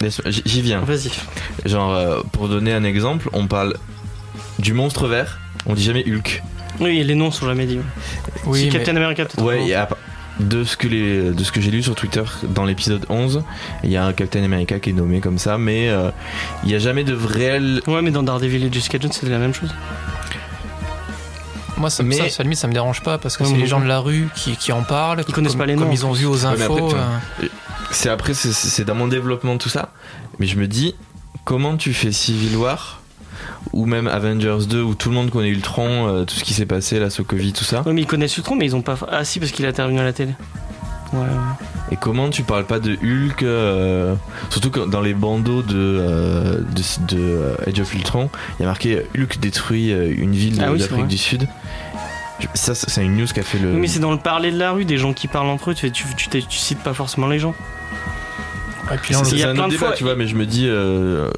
C: laisse- j'y j'y viens.
A: Vas-y.
C: Genre, euh, pour donner un exemple, on parle du monstre vert. On dit jamais Hulk.
A: Oui, les noms sont jamais dits. si
B: Oui, mais-
A: Captain America peut-être.
C: Ouais, et à part- de ce que les, de ce que j'ai lu sur Twitter dans l'épisode 11, il y a un Captain America qui est nommé comme ça, mais euh, il n'y a jamais de réel.
A: Ouais, mais dans Daredevil et Jessica Jones, c'est la même chose.
B: Moi, ça, me
C: Mais-
B: ça, ça, limite, ça me dérange pas parce que
A: Ouais,
B: c'est
A: moi
B: les
A: non
B: gens de la rue qui, qui en parlent, qui
A: connaissent
B: comme,
A: pas les
B: comme
A: noms,
B: ils ont vu aux
C: Ouais, mais après,
B: infos.
C: putain.
B: euh,
C: C'est après, c'est- c'est dans mon développement tout ça, mais je me dis comment tu fais Civil War ou même Avengers 2 où tout le monde connaît Ultron, euh, tout ce qui s'est passé, la Sokovie, tout ça.
A: Ouais, mais ils connaissent Ultron, mais ils ont pas. Ah si, parce qu'il a intervenu à la télé. Ouais, ouais.
C: Et comment tu parles pas de Hulk, euh, surtout que dans les bandeaux de, euh, de, de, euh, Age of Ultron, il y a marqué euh, Hulk détruit euh, une ville de-
A: Ah oui, c'est
C: d'Afrique
A: vrai.
C: du Sud. Je- Ça, ça, c'est une news qu'a fait le.
A: Oui, mais c'est dans le parler de la rue, des gens qui parlent entre eux, tu, tu, tu, t'es- tu cites pas forcément les gens.
B: Et puis,
C: C'est-
B: là, on-
A: il
C: c'est
A: y a
C: un
A: plein
C: autre
A: de
C: débat,
A: fois-
C: tu vois, mais je me dis, euh,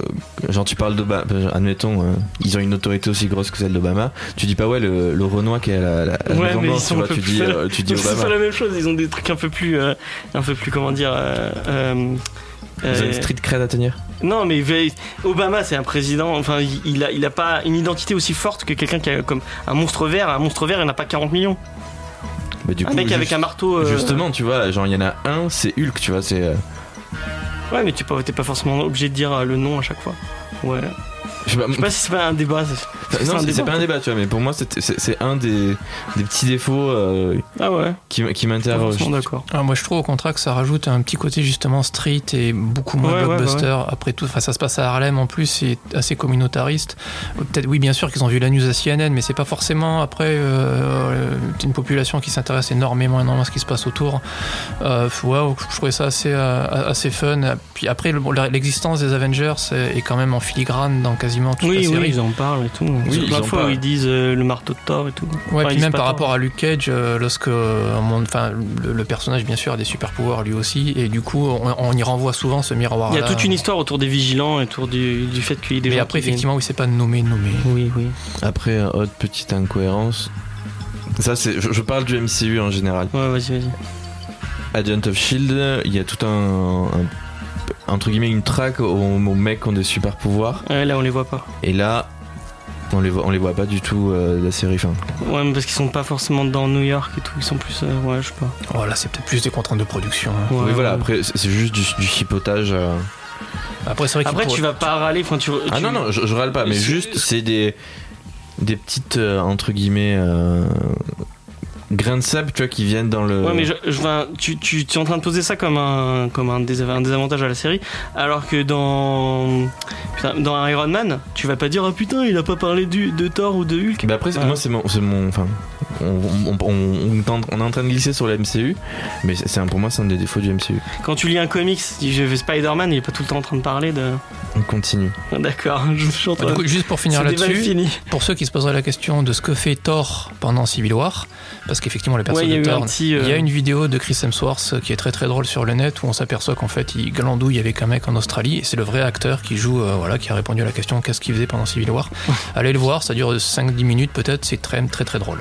C: genre, tu parles d'Obama, admettons, euh, ils ont une autorité aussi grosse que celle d'Obama. Tu dis pas, ouais, le, le Renoir qui est à la, la- la
A: Ouais,
C: Maison
A: mais ils
C: Blanche,
A: sont
C: tu
A: un
C: vois,
A: peu
C: tu
A: plus
C: dis,
A: seuls.
C: euh, tu dis
A: Donc c'est pas
C: Obama.
A: la même chose, ils ont des trucs un peu plus. euh, un peu plus, comment dire. euh, euh,
C: Ils ont
A: euh,
C: une street cred à tenir.
A: non, mais ve- Obama, c'est un président, enfin, il il a, il a pas une identité aussi forte que quelqu'un qui a comme un monstre vert. Un monstre vert, il n'a pas 40 millions.
C: Mais Bah, du
A: un mec avec
C: juste-
A: un marteau. euh,
C: Justement, tu vois, genre, il y en a un, c'est Hulk, tu vois, c'est. euh,
A: Ouais, mais tu n'es pas, t'es pas forcément obligé de dire euh, le nom à chaque fois. Ouais.
C: je sais pas,
A: Je sais pas si c'est pas un débat. c'est-
C: Enfin,
A: C'est
C: Non,
A: un
C: c'est- c'est
A: débat.
C: pas un débat, tu vois, mais pour moi, c'est- c'est c'est un des, des petits défauts euh,
A: Ah ouais,
C: qui, m- qui
A: pas
C: m'interroge.
A: forcément d'accord.
B: Ah, moi, je trouve au contraire que ça rajoute un petit côté justement street et beaucoup moins
A: Ouais, ouais,
B: blockbuster. Après tout, enfin, ça se passe à Harlem en plus, c'est assez communautariste. Euh, Peut-être, oui, bien sûr qu'ils ont vu la news à CNN, mais c'est pas forcément après euh, une population qui s'intéresse énormément, énormément à ce qui se passe autour. Euh, ouais, je trouvais ça assez, euh, assez fun. Puis après, le- bon, l'existence des Avengers est quand même en filigrane dans quasiment toute la
A: Oui,
B: série.
A: oui, ils en parlent et tout.
C: Oui,
A: plein
C: ils
A: de
C: en
A: fois où
C: parlent.
A: ils disent euh, le marteau de Thor et tout.
B: Ouais,
A: Enfin,
B: puis
A: ils
B: même
A: se
B: par
A: battent.
B: rapport à Luke Cage, euh, lorsque euh, mon- enfin le, le personnage bien sûr a des super pouvoirs lui aussi, et du coup on, on y renvoie souvent ce miroir.
A: Il y a toute une histoire autour des vigilants et autour du, du fait qu'il y ait des
B: Mais
A: gens.
B: après
A: qui viennent.
B: effectivement oui c'est pas nommé nommé.
A: Oui, oui.
C: Après, euh, autre petite incohérence. Ça, c'est, je, je parle du MCU en général.
A: Ouais, vas-y, vas-y.
C: Agent of Shield, E il y a tout un, un- entre guillemets une traque aux, aux mecs qui ont des super pouvoirs.
A: Ouais, là, on les voit pas.
C: Et là, on les voit, on les voit pas du tout euh, de la série. Enfin,
A: Ouais, mais parce qu'ils sont pas forcément dans New York et tout. Ils sont plus. euh, ouais, je sais pas.
B: Voilà Oh c'est peut-être plus des contraintes de production. hein.
A: Ouais,
C: oui, voilà.
A: ouais.
C: Après, c'est c'est juste du, du chipotage. euh.
B: Après c'est vrai qu'il
A: Après,
B: pourrait-
A: tu vas pas râler. Enfin, tu,
C: Ah
A: tu-
C: non non, je, je râle pas, mais
A: C'est-
C: juste c'est des. des petites euh, entre guillemets euh, grains de sable, tu vois, qui viennent dans le.
A: Ouais, mais je, je- enfin, tu, tu, tu es en train de poser ça comme un, comme un, désav- un désavantage à la série, alors que dans, putain, dans Iron Man, tu vas pas dire ah putain, il a pas parlé du, de Thor ou de Hulk.
C: Bah après, c'est-
A: Ouais.
C: moi, c'est mon. c'est mon- Enfin, on, on- on- on tente- on est en train de glisser sur la MCU, mais c'est c'est un- pour moi, c'est un des défauts du MCU.
A: Quand tu lis un comics, si je vais Spider-Man, il est pas tout le temps en train de parler de.
C: On continue.
A: Ah, D'accord, je suis en
B: Bah,
A: train
B: du
A: de.
B: coup, juste pour finir
A: Ce débat est
B: là-dessus,
A: fini.
B: pour ceux qui se poseraient la question de ce que fait Thor pendant Civil War, parce qu'effectivement, le
A: Ouais,
B: personnage
A: il y a
B: de
A: eu
B: Thor.
A: un petit. euh,
B: Il y a une vidéo de Chris Hemsworth euh, qui est très très drôle sur le net où on s'aperçoit qu'en fait il glandouille avec un mec en Australie et c'est le vrai acteur qui joue, euh, voilà, qui a répondu à la question qu'est-ce qu'il faisait pendant Civil War. Allez le voir, ça dure 5-10 minutes peut-être, c'est très très très drôle.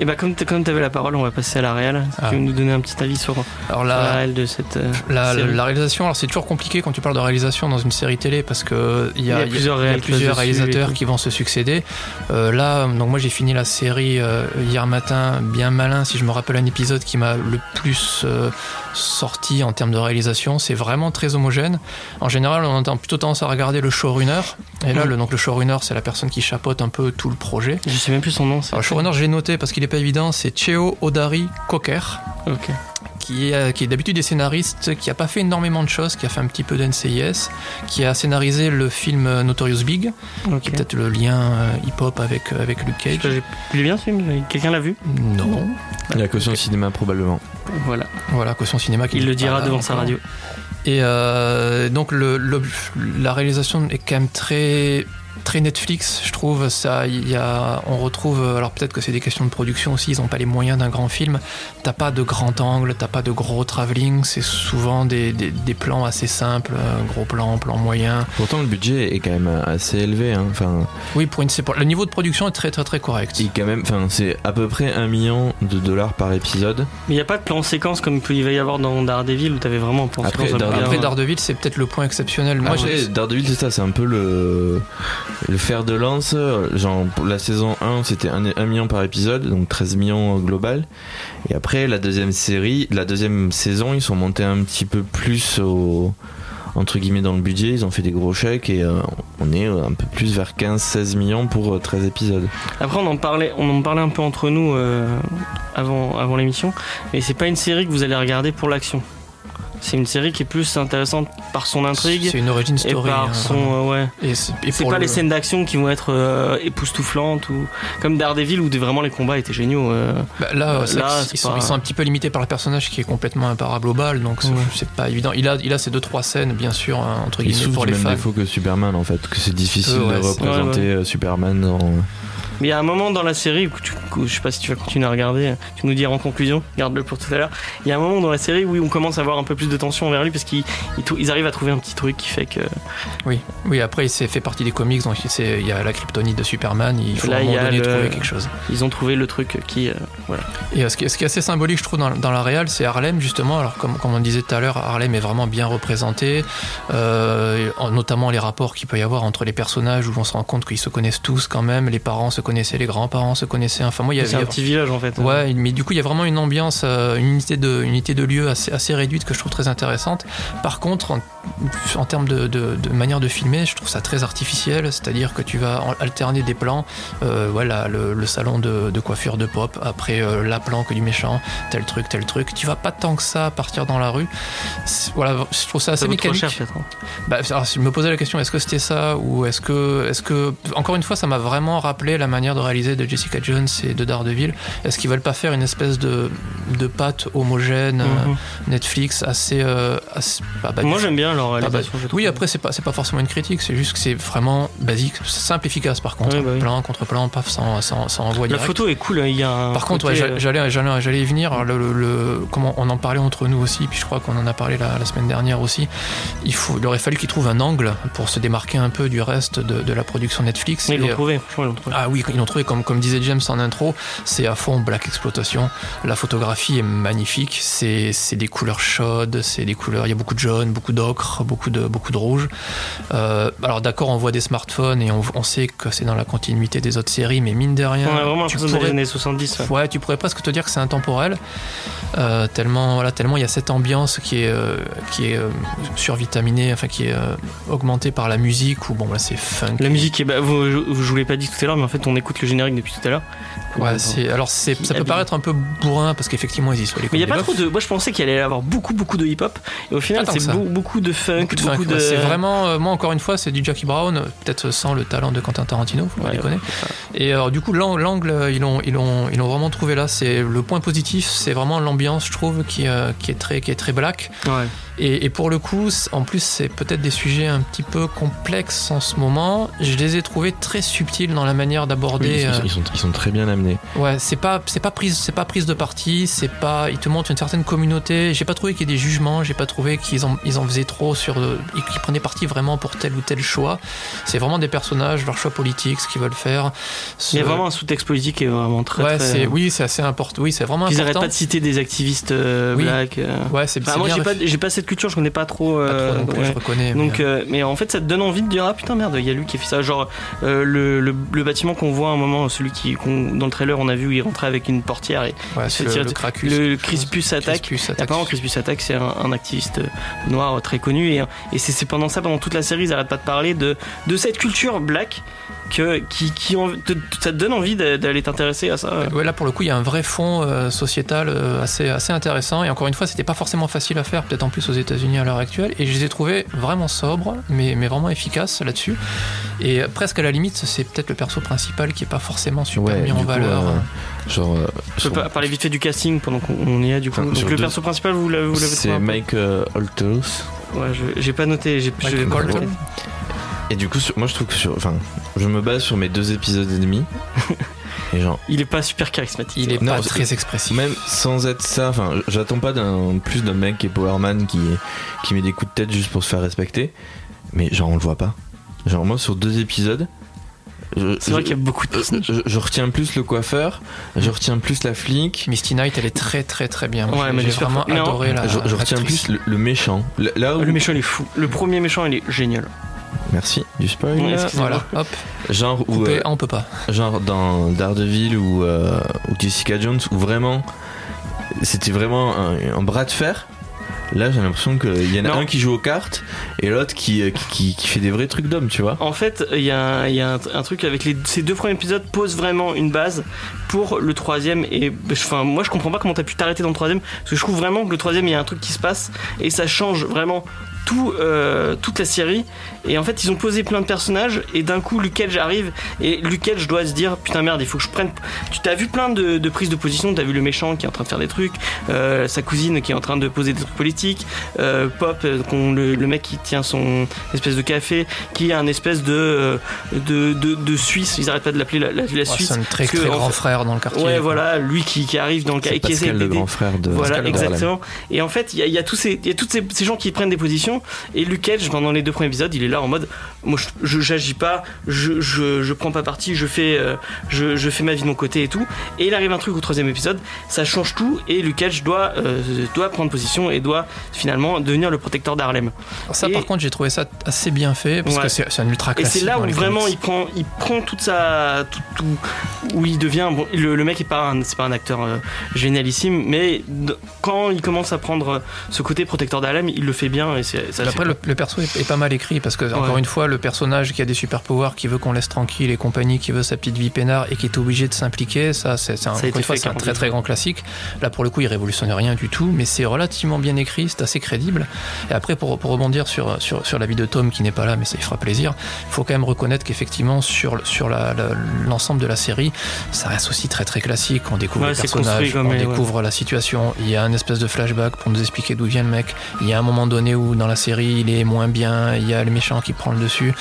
A: Et bah, comme t- comme t'avais la parole, on va passer à la réelle. Si
B: Ah.
A: Tu veux nous donner un petit avis sur, sur
B: Alors
A: la
B: là,
A: réelle de cette. euh,
B: la,
A: série.
B: la réalisation, alors c'est toujours compliqué quand tu parles de réalisation dans une série télé parce que il y a, il y a-
A: plusieurs
B: il y a
A: réels qui
B: plusieurs
A: passent dessus et
B: réalisateurs
A: tout.
B: qui vont se succéder. Euh, là, donc moi j'ai fini la série euh, hier matin, bien malin. Si je me rappelle un épisode qui m'a le plus euh, sorti en termes de réalisation, c'est vraiment très homogène. En général, on a plutôt tendance à regarder le showrunner. Et là,
A: Mhm.
B: le, donc le showrunner, c'est la personne qui chapeaute un peu tout le projet.
A: Je sais même plus son nom. c'est-
B: Alors, le showrunner, j'ai noté parce qu'il n'est pas évident, c'est Cheo Odari Cocker
A: Ok.
B: qui est, euh, qui est d'habitude des scénaristes, qui a pas fait énormément de choses, qui a fait un petit peu d'NCIS, qui a scénarisé le film euh, Notorious Big, qui
A: Ok.
B: est peut-être le lien euh, hip-hop avec, euh, avec Luke
A: Je sais
B: Cage.
A: pas, j'ai- Il est bien ce film Quelqu'un l'a vu
B: Non.
C: La caution cinéma, probablement.
A: Voilà.
B: Voilà, Caution Cinéma. qui
A: Il le
B: n'est
A: dira
B: pas
A: devant
B: là
A: sa
B: encore.
A: radio.
B: Et euh, donc, le, le- la réalisation est quand même très très Netflix, je trouve ça. Il y a, on retrouve, alors peut-être que c'est des questions de production aussi. Ils n'ont pas les moyens d'un grand film. T'as pas de grand angle, t'as pas de gros travelling. C'est souvent des, des- des plans assez simples, euh, gros plan, plan moyen.
C: Pourtant, le budget est quand même assez élevé. hein. Enfin,
B: Oui, pour une, c'est pour- le niveau de production est très très très correct.
C: il- quand même, enfin, c'est à peu près un million de dollars par épisode.
A: Mais il n'y a pas de plan en séquence comme il peut- il va y avoir dans Daredevil où tu avais vraiment un Ah, plan en
C: Après,
A: séquence. hein. à
C: Daredevil-
A: plusieurs-
B: Après Daredevil, c'est peut-être le point exceptionnel. Moi,
C: Moi,
B: j'ai-
C: Daredevil, c'est ça, c'est un peu le, le fer de lance. Genre, pour la saison 1, c'était 1, million par épisode, donc 13 millions au global. Et après, la deuxième série, la deuxième saison, ils sont montés un petit peu plus au, entre guillemets dans le budget. Ils ont fait des gros chèques et euh, on est euh, un peu plus vers 15-16 millions pour euh, 13 épisodes.
A: Après, on en parlait, on en parlait un peu entre nous euh, avant, avant l'émission, mais c'est pas une série que vous allez regarder pour l'action. C'est une série qui est plus intéressante par son intrigue
B: c'est une origin
A: et
B: story. hein,
A: par son
B: vraiment.
A: euh, ouais.
B: Et c'est et
A: C'est
B: pour
A: pas
B: le-
A: les scènes d'action qui vont être euh, époustouflantes ou comme Daredevil où des- vraiment les combats étaient géniaux. euh.
B: Bah, là,
A: Euh,
B: c'est-
A: là,
B: ils,
A: c'est
B: sont,
A: pas-
B: ils sont un petit peu limités par le personnage qui est complètement imparable au bal, donc c'est-
A: Ouais.
B: c'est pas évident. Il a, il a ces deux trois scènes, bien sûr, hein, entre
C: Ils
B: guillemets,
C: souffrent
B: pour
C: du
B: les
C: même
B: fans.
C: défaut que Superman en fait, que c'est difficile
B: Euh, ouais,
C: de
B: c'est-
C: représenter
A: ouais, ouais.
C: euh, Superman. en-
A: Mais il y a un moment dans la série où, tu- où je sais pas si tu vas continuer à regarder, tu nous diras en conclusion, garde-le pour tout à l'heure. Il y a un moment dans la série où on commence à avoir un peu plus de tension envers lui parce qu'ils ils trou- ils arrivent à trouver un petit truc qui fait que
B: Oui, oui. Après, il s'est fait partie des comics, donc il s'est- il y a la kryptonite de Superman. Il faut
A: Là,
B: à un
A: il y
B: moment
A: a
B: donné
A: le-
B: trouver quelque chose.
A: ils ont trouvé le truc qui. euh, voilà.
B: Et euh, ce qui, est- ce qui est assez symbolique, je trouve, dans, dans la Real, c'est Harlem, justement. Alors, comme, comme on disait tout à l'heure, Harlem est vraiment bien représenté, euh, en- notamment les rapports qu'il peut y avoir entre les personnages où on se rend compte qu'ils se connaissent tous quand même. Les parents se connaissaient, les grands-parents se connaissaient. Enfin, moi, il y
A: C'est un
B: avait.
A: petit village en fait. euh.
B: Ouais, mais du coup, il y a vraiment une ambiance, euh, une unité de, une unité de lieu assez, assez réduite que je trouve très intéressante. Par contre, en, en termes de, de- de manière de filmer, je trouve ça très artificiel, c'est-à-dire que tu vas en- alterner des plans. euh, voilà, le, le salon de, de coiffure de pop, après euh, la planque du méchant, tel truc, tel truc. Tu vas pas tant que ça partir dans la rue. C'est- Voilà, je trouve ça assez
A: Ça vaut trop
B: mécanique.
A: cher peut-être. hein.
B: Bah, alors, si je me posais la question, est-ce que c'était ça ou est-ce que, est-ce que, encore une fois, ça m'a vraiment rappelé la manière de réaliser de Jessica Jones et de Daredevil. Est-ce qu'ils veulent pas faire une espèce de, de pâte homogène euh,
A: Mhm.
B: Netflix assez, euh, assez- pas basique.
A: Moi j'aime bien leur réalisation. je trouve.
B: bah, oui, après c'est pas c'est pas forcément une critique, c'est juste que c'est vraiment basique, simple, efficace par contre,
A: Oui, bah oui.
B: plan contre plan, paf, sans sans sans envoi
A: La
B: direct.
A: photo est cool, hein, il y a un.
B: Par contre, ouais,
A: côté,
B: j'a-
A: euh,
B: j'allais, j'allais, j'allais y venir. Alors, Le, le- le- comment on en parlait entre nous aussi, puis je crois qu'on en a parlé la, la semaine dernière aussi. Il, faut, il aurait fallu qu'ils trouvent un angle pour se démarquer un peu du reste de, de la production Netflix.
A: mais
B: Et,
A: ils l'ont
B: euh,
A: trouvé, franchement ils l'ont trouvé.
B: ah oui, ils l'ont trouvé, comme, comme disait James en intro, c'est à fond Black Exploitation. La photographie est magnifique, c'est c'est des couleurs chaudes, c'est des couleurs, il y a beaucoup de jaune, beaucoup d'ocre, beaucoup de, beaucoup de rouge. Euh, alors d'accord, on voit des smartphones et on, on sait que c'est dans la continuité des autres séries, mais mine de rien,
A: On a vraiment
B: tu
A: l'impression des
B: pourrais-
A: années 70. ouais.
B: Ouais, tu pourrais presque te dire que c'est intemporel, euh, tellement voilà, tellement il y a cette ambiance qui est euh, qui est euh, survitaminée, enfin qui est euh, augmentée par la musique ou bon là c'est funk.
A: eh La musique, est, bah, vous, je, je vous l'ai pas dit tout à l'heure, mais en fait on écoute le générique depuis tout à l'heure.
B: Ouais, c'est, alors c'est,
A: Qui
B: ça peut
A: habille.
B: paraître un peu bourrin parce qu'effectivement ils y sont les
A: Mais il y a pas
B: Cowboys
A: trop de. Moi, je pensais qu'il allait y avoir beaucoup, beaucoup de hip-hop. Et au final,
B: Pas tant que
A: c'est
B: ça.
A: beau- beaucoup de funk,
B: Beaucoup de funk, ouais. C'est vraiment, euh, moi encore une fois, c'est du Jackie Brown, euh, peut-être sans le talent de Quentin Tarantino, faut pas
A: Ouais,
B: déconner. Et alors, du coup, l'an- l'angle, euh, ils l'ont, ils l'ont, ils l'ont vraiment trouvé là. C'est le point positif, c'est vraiment l'ambiance, je trouve, qui, euh, qui est très, qui est très black.
A: Ouais.
B: Et, et pour le coup, c- en plus, c'est peut-être des sujets un petit peu complexes en ce moment. Je les ai trouvés très subtils dans la manière
C: Oui,
B: d'aborder.
C: ils, sont,
B: euh,
C: ils sont- ils sont très bien amenés.
B: Ouais, c'est pas, c'est pas prise, c'est pas prise de parti, c'est pas, ils te montrent une certaine communauté. J'ai pas trouvé qu'il y ait des jugements, j'ai pas trouvé qu'ils en, ils en faisaient trop sur, euh, et qu'ils prenaient parti vraiment pour tel ou tel choix. C'est vraiment des personnages, leur choix politique, ce qu'ils veulent faire. Ce-
A: Il y a vraiment un sous-texte politique qui est vraiment très.
B: ouais,
A: très- euh,
B: c'est, oui, c'est assez important. Oui, c'est vraiment
A: Puis Ils arrêtent
B: important.
A: pas de citer des activistes euh,
B: Oui.
A: blacks. euh.
B: Ouais, c'est,
A: Enfin,
B: c'est
A: moi,
B: bien
A: j'ai pas,
B: réfléchi.
A: j'ai pas cette culture, je connais pas trop.
B: Pas
A: euh,
B: trop non plus,
A: ouais.
B: je reconnais. mais,
A: Donc, euh, mais en fait, ça te donne envie de dire ah putain merde, il y a lui qui a fait ça. Genre euh, le, le- le bâtiment qu'on voit à un moment, celui qui qu'on- dans le trailer on a vu où il rentrait avec une portière et
B: euh, ouais,
A: se
B: c'est le,
A: tire-
B: le Cracus.
A: le, Crispus attaque.
B: Crispus
A: Et
B: attaque.
A: Apparemment, Crispus attaque, c'est un, un activiste euh, noir euh, très connu et, et c'est c'est pendant ça, pendant toute la série, ils arrêtent pas de parler de de cette culture black que qui, qui en- te- ça te donne envie d'a- d'aller t'intéresser à ça. euh.
B: Ouais, là pour le coup, il y a un vrai fond euh, sociétal euh, assez, assez intéressant. Et encore une fois, c'était pas forcément facile à faire, peut-être en plus aux États-Unis à l'heure actuelle. Et je les ai trouvés vraiment sobres, mais, mais vraiment efficaces là-dessus. Et euh, presque à la limite, c'est peut-être le perso principal qui est pas forcément super
C: Ouais,
B: mis en
C: du coup,
B: valeur.
C: euh, genre, euh,
A: Je peux
C: sur-
A: pas parler vite fait du casting pendant qu'on on y est du coup.
C: Enfin,
A: Donc,
C: sur
A: le
C: deux-
A: perso principal, vous l'avez vous l'avez trouvé
C: c'est
A: un peu
C: Mike euh, Holthaus.
A: Ouais, je- j'ai pas noté. j'ai-
B: Mike
A: je vais pas
B: Holthaus.
A: le noter.
C: Et du coup, sur- moi je trouve que sur, enfin, je me base sur mes deux épisodes et demi. et genre,
A: Il est pas super charismatique.
B: Il est
C: Non,
B: pas
C: c'est-
B: très expressif.
C: même sans être ça, enfin, j'attends pas d'un plus d'un mec qui est Powerman qui qui met des coups de tête juste pour se faire respecter. Mais genre, on le voit pas. Genre moi sur deux épisodes. je-
A: C'est vrai
C: je-
A: qu'il y a beaucoup de
C: euh,
A: personnages.
C: je, je retiens plus le coiffeur, je retiens plus la flic,
B: Misty Knight, elle est très très très bien.
A: Ouais,
B: Moi,
A: mais
B: j'ai
A: j'espère
B: vraiment
A: pas- mais en-
B: adoré la.
C: je, je retiens
B: l'actrice.
C: plus le, le méchant. Là- Là où...
A: Ah, Le méchant, il est fou. Le premier méchant, il est génial.
C: Merci du spoil.
A: Ouais, excusez-moi.
B: Voilà, hop,
C: Genre où,
B: coupé,
C: euh,
B: ah, on peut pas.
C: genre dans Daredevil ou, euh, ou Jessica Jones où vraiment c'était vraiment un, un bras de fer. Là j'ai l'impression qu'il y en a
A: Non.
C: un qui joue aux cartes et l'autre qui, euh, qui, qui- qui fait des vrais trucs d'homme, tu vois.
A: En fait, il y a, un- il y a un, un truc avec les, ces deux premiers épisodes pose vraiment une base pour le troisième. Et enfin, moi, je comprends pas comment t'as pu t'arrêter dans le troisième parce que je trouve vraiment que le troisième, il y a un truc qui se passe et ça change vraiment tout, euh, toute la série. Et en fait, ils ont posé plein de personnages et d'un coup, Luke Cage arrive et Luke Cage doit se dire putain merde, il faut que je prenne. Tu t'as vu plein de, de prises de position. T'as vu le méchant qui est en train de faire des trucs, euh, sa cousine qui est en train de poser des trucs politiques, euh, Pop, euh, qu'on- le, le mec qui tient son espèce de café qui est un espèce de, euh, de, de, de Suisse, ils arrêtent pas de l'appeler la, la- la
B: Ouais,
A: Suisse.
B: c'est un très
A: parce que,
B: très
A: en
B: grand
A: fait-
B: frère dans le quartier.
A: Ouais, voilà, lui qui, qui arrive dans le cas
C: C'est
A: et qui essaie
C: Pascal le
A: d'aider.
C: grand frère de
A: Voilà,
C: Pascal Verlaine.
A: exactement. Et en fait, il y a, il y a tous ces, il y a toutes ces, ces gens qui prennent des positions. Et Luke Cage, pendant les deux premiers épisodes, il est là en mode, moi, je- je j'agis pas, je, je, je prends pas parti, je fais, euh, je, je fais ma vie de mon côté et tout. Et il arrive un truc au troisième épisode, ça change tout. Et Luke Cage doit, euh, doit prendre position et doit finalement devenir le protecteur d'Harlem.
B: Alors ça,
A: Et-
B: par contre, j'ai trouvé ça assez bien fait parce
A: Ouais.
B: que c'est c'est un ultra
A: Et
B: classique.
A: c'est là
B: dans
A: où
B: les
A: vraiment
B: comics.
A: il prend, il prend toute sa, tout, tout- où il devient bon. Le, le mec est pas, un- c'est pas un acteur euh, génialissime, mais d- quand il commence à prendre euh, ce côté protecteur d'Alem, il le fait bien et c'est ça.
B: Après,
A: c'est-
B: le, le perso est, est pas mal écrit parce que, encore
A: Ouais.
B: une fois, le personnage qui a des super pouvoirs, qui veut qu'on laisse tranquille et compagnie, qui veut sa petite vie peinard et qui est obligé de s'impliquer, ça, c'est c'est
A: Ça a
B: un, encore
A: été
B: une fois,
A: fait
B: c'est un
A: quarante
B: très
A: mille
B: très
A: fois.
B: grand classique. Là, pour le coup, il révolutionne rien du tout, mais c'est relativement bien écrit, c'est assez crédible. Et après, pour, pour rebondir sur, sur, sur la vie de Tom qui n'est pas là, mais ça il fera plaisir, il faut quand même reconnaître qu'effectivement, sur, sur la- la- l'ensemble de la série, ça reste aussi très très classique. On découvre
A: Ouais,
B: le
A: c'est construit
B: personnage,
A: comme
B: on
A: les- ouais.
B: découvre la situation, il y a un espèce de flashback pour nous expliquer d'où vient le mec. Il y a un moment donné où dans la série il est moins bien, il y a le méchant qui prend le dessus.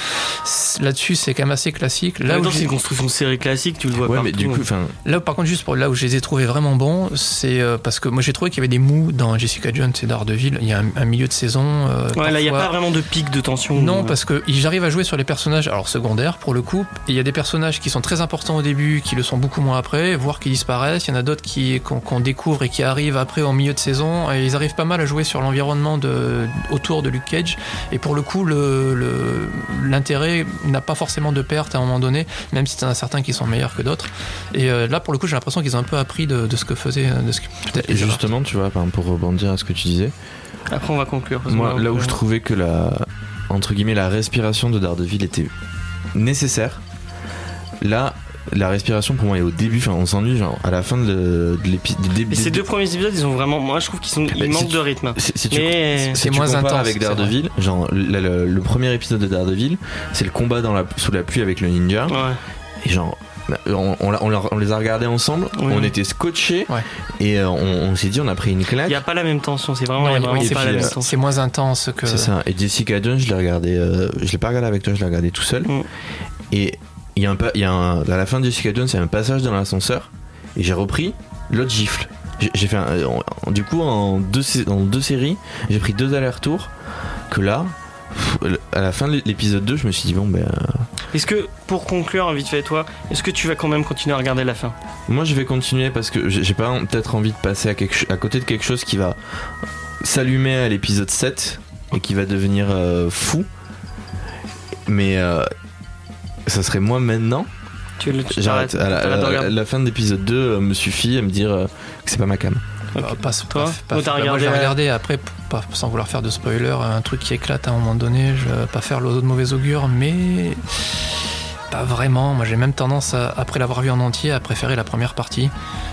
B: C'est- Là-dessus c'est quand même assez classique.
A: En
B: Là
A: même
B: où,
A: temps,
B: j'ai-
A: c'est une construction de série classique, tu le vois
C: Ouais,
A: partout. hein.
C: mais du coup, enfin,
B: là où, par contre juste pour là où je les ai trouvés vraiment bons, c'est euh, parce que moi j'ai trouvé qu'il y avait des mous dans Jessica Jones et Daredevil. Il y a un, un milieu de saison. euh,
A: ouais, là, il y a
B: parfois-
A: pas vraiment de pic de tension.
B: non,
A: Euh,
B: parce que j'arrive à jouer sur les personnages, alors secondaires pour le coup, et il y a des personnages qui sont très importants au début, qui le sont beaucoup moins après, voire qui disparaissent, il y en a d'autres qui- qu'on qu'on découvre et qui arrivent après en milieu de saison, et ils arrivent pas mal à jouer sur l'environnement de- autour de Luke Cage, et pour le coup, l'intérêt le, l'intérêt n'a pas forcément de perte à un moment donné, même si t'en as certains qui sont meilleurs que d'autres, et euh, là pour le coup, j'ai l'impression qu'ils ont un peu appris de, de ce que faisait, de ce que peut-être
C: et
B: les
C: justement, tu vois, enfin, pour rebondir à ce que tu disais,
A: Après, on va conclure. parce que euh,
C: Moi,
A: on
C: là où
A: peut-
C: je trouvais que la, entre guillemets, la respiration de Daredevil était nécessaire, là, la respiration pour moi est au début, enfin on s'ennuie genre à la fin de, de l'épisode.
A: Et ces deux premiers épisodes, ils ont vraiment. Moi, je trouve qu'ils sont...
B: Ah,
A: ils
C: Bah, si
A: manquent
C: tu-
A: de rythme.
C: Si, si tu,
A: Mais-
C: si
B: C'est
C: tu
B: moins
C: compares
B: intense,
C: avec
B: c'est vrai.
C: Daredevil, genre le, le- le premier épisode de Daredevil, c'est le combat dans la, sous la pluie avec le ninja.
A: Ouais.
C: Et genre, bah, on, on l'a- on l'a- on les a regardés ensemble,
A: Oui.
C: on était scotchés,
B: Ouais.
C: et euh, on, on s'est dit, on a pris une
A: Il
C: claque.
A: n'y a pas la même tension, c'est vraiment,
B: Non,
A: il y a
B: il y a-
A: vraiment
C: oui,
A: pas
C: et
A: la
C: puis,
A: même
C: euh,
A: tension.
B: C'est moins intense que.
C: C'est ça. Et Jessica Jones, je l'ai regardé, euh, je l'ai pas regardé avec toi, je l'ai regardé tout seul.
A: Mm.
C: Et il y a un, pa- il y a un- à la fin de Jessica Jones, il y a un passage dans l'ascenseur, et j'ai repris l'autre gifle. J'ai- J'ai fait un- euh, en- du coup en deux, sé- en deux séries, j'ai pris deux allers-retours que là. pff, À la fin de l'épisode 2, je me suis dit, bon, ben. euh,
A: Est-ce que, pour conclure, vite fait, toi, est-ce que tu vas quand même continuer à regarder la fin
C: Moi, je vais continuer parce que j'ai j'ai pas en- peut-être envie de passer à, quelque, cho- à côté de quelque chose qui va s'allumer à l'épisode 7 et qui va devenir euh, fou. Mais euh, ça serait moi maintenant.
A: Tu le- tu
C: J'arrête.
A: t'arrêtes,
C: À la,
A: t'arrêtes de
C: à la-
A: regarder.
C: la fin de l'épisode 2 euh, me suffit à me dire euh, que c'est pas ma cam.
B: Bah, pas-
A: Toi
B: pas- pas-
A: Ou t'as
B: bah, Moi, j'ai
A: regardé, euh,
B: regardé après, p- pas, sans vouloir faire de spoiler, un truc qui éclate à un moment donné. Je vais pas faire l'oiseau de mauvais augure, mais. Pas vraiment. Moi, j'ai même tendance, à- après l'avoir vu en entier, à préférer la première partie.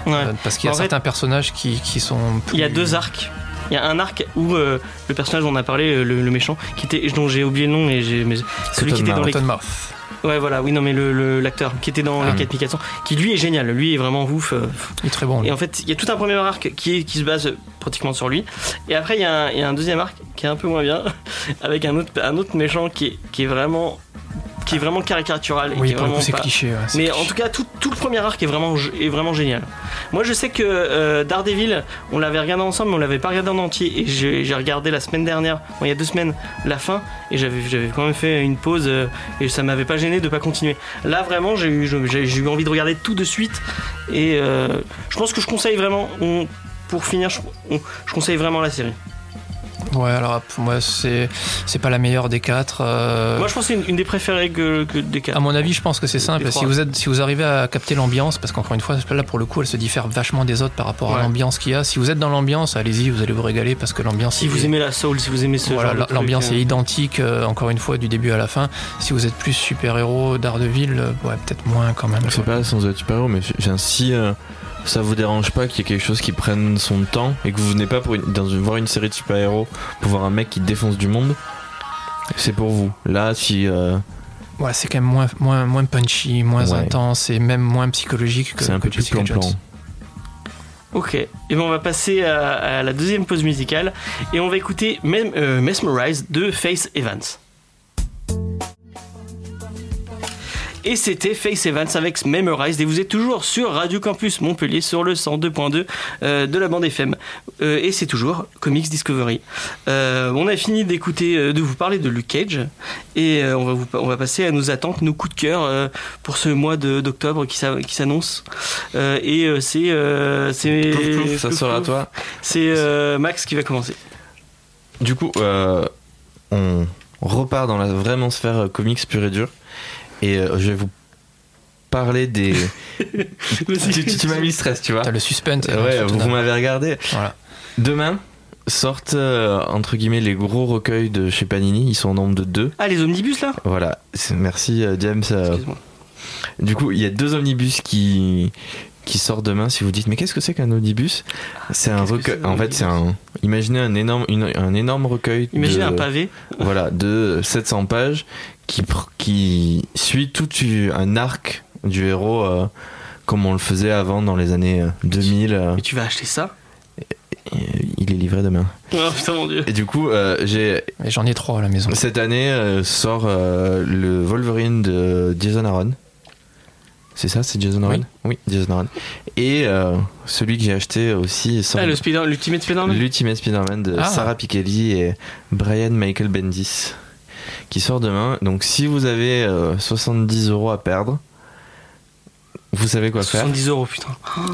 A: Ouais.
B: Euh, parce qu'il y a
A: En fait-
B: certains personnages qui, qui sont. plus-
A: Il y a deux arcs. Il y a un arc où euh, le personnage dont on a parlé, euh, le, le méchant, qui était, dont j'ai oublié le nom, et j'ai, mais celui qui
C: Cotton
A: était dans
C: Mouth.
A: les.
B: Cottonmouth.
A: Ouais, voilà, oui, non, mais le, le- l'acteur qui était dans
C: Ah.
A: les 4400, qui lui est génial, lui est vraiment ouf. euh,
B: Il est très bon. lui.
A: Et en fait, il y a tout un premier arc qui, est- qui se base pratiquement sur lui. Et après, il y, a un- il y a un deuxième arc qui est un peu moins bien, avec un autre, un autre méchant qui est, qui est vraiment qui est vraiment caricatural. et qui
B: Oui,
A: est
B: pour le
A: vraiment
B: coup, c'est
A: pas-
B: cliché. ouais, c'est
A: Mais
B: cliché.
A: en tout cas, tout, tout le premier arc est vraiment, g- est vraiment génial. Moi, je sais que euh, Daredevil, on l'avait regardé ensemble, mais on l'avait pas regardé en entier. Et j'ai j'ai regardé la semaine dernière, bon, il y a deux semaines, la fin, et j'avais j'avais quand même fait une pause, euh, et ça m'avait pas gêné de pas continuer. Là, vraiment, j'ai eu, je- j'ai j'ai eu envie de regarder tout de suite, et euh, je pense que je conseille vraiment, on- pour finir, je, on- je conseille vraiment la série.
B: Ouais, alors pour moi, c'est c'est pas la meilleure des quatre. euh,
A: Moi, je pense que c'est une, une des préférées que, que des
B: À
A: quatre.
B: mon avis, je pense que c'est
A: Les
B: simple. Si
A: trois.
B: vous, êtes, si vous arrivez à capter l'ambiance, parce qu'encore une fois, là pour le coup, elle se diffère vachement des autres par rapport
A: Ouais.
B: à l'ambiance qu'il y a. Si vous êtes dans l'ambiance, allez-y, vous allez vous régaler parce que l'ambiance.
A: Si vous
B: est-
A: aimez la soul, si vous aimez ce
B: voilà,
A: genre de truc,
B: l'ambiance
A: euh,
B: est identique, euh, encore une fois, du début à la fin. Si vous êtes plus super-héros, Daredevil, euh, ouais, peut-être moins quand même.
C: C'est pas sans être super héros, mais enfin, si euh, ça vous dérange pas qu'il y ait quelque chose qui prenne son temps et que vous venez pas pour une- dans une- voir une série de super héros pour voir un mec qui défonce du monde, c'est pour vous. Là, si euh,
B: Ouais, c'est quand même moins, moins, moins punchy, moins
C: Ouais.
B: intense et même moins psychologique que,
C: c'est un
B: que
C: peu plus
B: Jessica
C: plan-plan.
B: Jones.
A: Ok, et ben on va passer à, à la deuxième pause musicale et on va écouter Mem- euh, Mesmerize de Face Evans. Et c'était Face Evans avec Memorize et vous êtes toujours sur Radio Campus Montpellier sur le 102.2 euh, de la bande FM Euh, et c'est toujours Comics Discovery. Euh, on a fini d'écouter, euh, de vous parler de Luke Cage et euh, on va vous, on va passer à nos attentes, nos coups de cœur euh, pour ce mois de- d'octobre qui s'a- qui s'annonce. Euh, et euh, c'est euh, c'est-
C: Plouf, plouf, ça
A: plouf,
C: sera à
A: plouf.
C: toi.
A: C'est euh, Max qui va commencer.
C: Du coup, euh, on repart dans la vraiment sphère euh, comics pure et dure. Et euh, je vais vous parler des. tu tu- tu m'as mis le stress, tu vois.
B: T'as le suspense. et
C: Ouais,
B: ensuite,
C: vous,
B: t'as-
C: vous m'avez regardé.
B: Voilà.
C: Demain sortent euh, entre guillemets les gros recueils de chez Panini. Ils sont au nombre de deux.
A: Ah les omnibus là
C: Voilà. C'est- Merci euh, James. euh,
A: Excuse-moi.
C: Du coup, il y a deux omnibus qui qui sortent demain. Si vous dites, mais qu'est-ce que c'est qu'un omnibus C'est un
A: Ah, qu'est-ce que
C: recueil.
A: c'est un
C: En fait,
A: omnibus
C: c'est un. Imaginez un énorme, une- un énorme recueil.
A: Imaginez
C: de-
A: un pavé.
C: voilà, de 700 pages qui, pr- qui suit tout u- un arc du héros euh, comme on le faisait avant dans les années euh, 2000. euh,
A: Mais tu vas acheter ça
C: et il est livré demain.
A: Oh putain mon dieu.
C: Et du coup, euh, j'ai
B: Et J'en ai trois à la maison.
C: cette année euh, sort euh, le Wolverine de Jason Aaron. C'est ça, c'est Jason Aaron Oui, Jason Aaron. Et euh, celui que j'ai acheté aussi sort
A: Ah le Spider, l'ultimate Spider-Man.
C: L'Ultimate Spider-Man de
B: Ah.
C: Sarah Pichelli et Brian Michael Bendis qui sort demain. Donc si vous avez euh, 70 euros à perdre, vous savez quoi faire.
A: 70 euros putain.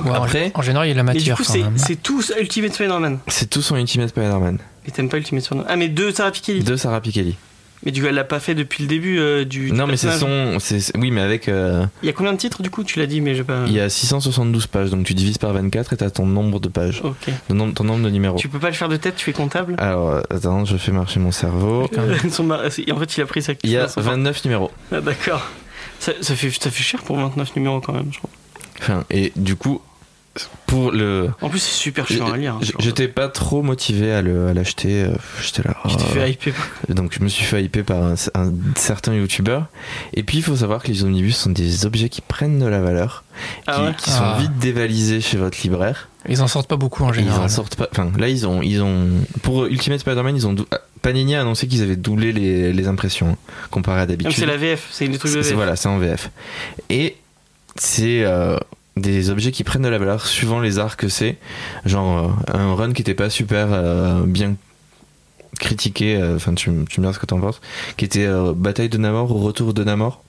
B: Ouais, en-
C: Après-
B: en, général, il y a la
A: Mais du
B: matière
A: coup
B: quand
A: c'est
B: même. hein.
A: c'est tout ça, Ultimate Spider-Man.
C: C'est tout son Ultimate Spider-Man
A: Et t'aimes pas Ultimate Spider-Man Ah mais deux ça a piqué.
C: de Sarah Pichelli.
A: Mais du coup elle l'a pas fait depuis le début euh, du. du
C: Non mais c'est
A: personnage.
C: son, c'est c'est- oui mais avec, euh,
A: Il y a combien de titres du coup tu l'as dit mais j'ai pas.
C: il y a 672 pages donc tu divises par 24 et t'as ton nombre de pages,
A: Ok.
C: ton nombre, ton nombre de numéros.
A: Tu peux pas le faire de tête, tu es comptable.
C: Alors euh, attends, je fais marcher mon cerveau.
B: Quand même.
A: Son mar- En fait il a pris sa.
C: Il y a
A: son-
C: 29 numéros.
A: Ah, D'accord. Ça, ça fait, ça fait cher pour 29 numéros quand même, je crois.
C: Enfin, et du coup, pour le.
A: En plus, c'est super chiant à lire. hein,
C: J-
A: genre.
C: J'étais pas trop motivé à le- à l'acheter. euh, J'étais là.
A: Tu t'es
C: oh.
A: fait hyper.
C: Donc je me suis fait hyper par un, un certain youtubeur. Et puis il faut savoir que les omnibus sont des objets qui prennent de la valeur,
A: Ah
C: qui,
A: ouais
C: qui sont
B: Ah.
C: vite dévalisés chez votre libraire.
B: Ils en sortent pas beaucoup en
C: Et Ils
B: général.
C: en sortent pas. Enfin là ils ont ils ont pour Ultimate Spider-Man ils ont dou- Panini a annoncé qu'ils avaient doublé les, les impressions hein, comparé à
A: Ah, mais
C: d'habitude.
A: C'est la VF, c'est des trucs de
C: C'est- c'est-
A: VF.
C: Voilà, c'est en VF. Et c'est euh, des objets qui prennent de la valeur suivant les arts que c'est. Genre euh, un run qui était pas super euh, bien critiqué, euh, enfin tu, m- tu me diras ce que t'en penses, qui était euh, Bataille de Namor ou Retour de Namor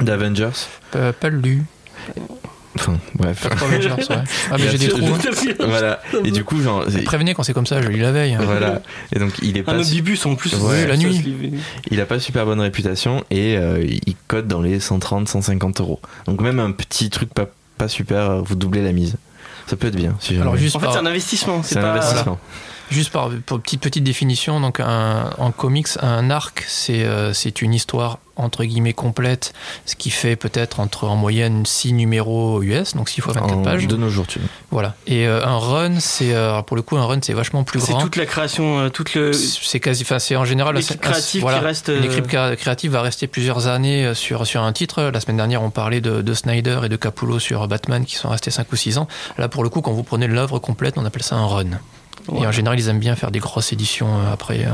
C: d'Avengers.
B: Pas, pas lu.
C: Enfin bref.
B: Pas trop légère, ça, ouais. Ah, mais j'ai des trous. hein.
C: voilà. Et du coup, genre. c'est-
B: Prévenez quand c'est comme ça, je lis la veille. hein.
C: Voilà. Et donc il est
A: Un
C: pas, su-
A: omnibus en plus.
C: Ouais,
A: ça,
B: la
A: ça
B: nuit.
A: se lit-
C: il a pas super bonne réputation et euh, il code dans les 130, 150 euros. Donc même un petit truc pas, pas super, euh, vous doublez la mise. Ça peut être bien. Si jamais.
B: Alors juste,
A: En fait,
B: par,
A: c'est un investissement. C'est
C: C'est un
A: pas-
C: investissement.
B: juste par pour petite petite définition, donc un- en comics, un arc, c'est euh, c'est une histoire entre guillemets complète, ce qui fait peut-être entre en moyenne 6 numéros US, donc 6 fois 24
C: En-
A: hein.
B: pages.
C: De nos jours, tu veux.
B: Voilà. Et euh, un run, c'est euh, alors pour le coup un run, c'est vachement plus
A: C'est
B: grand.
A: toute la création, euh, toute le.
B: C'est quasi, enfin c'est en général. un-
A: L'équipe
B: un-
A: créative
B: voilà.
A: qui reste. euh,
B: L'équipe cré- créative va rester plusieurs années euh, sur, sur un titre. La semaine dernière, on parlait de, de Snyder et de Capullo sur Batman qui sont restés 5 ou 6 ans. Là, pour le coup, quand vous prenez l'œuvre complète, on appelle ça un run. Et en général, ils aiment bien faire des grosses éditions euh, après euh,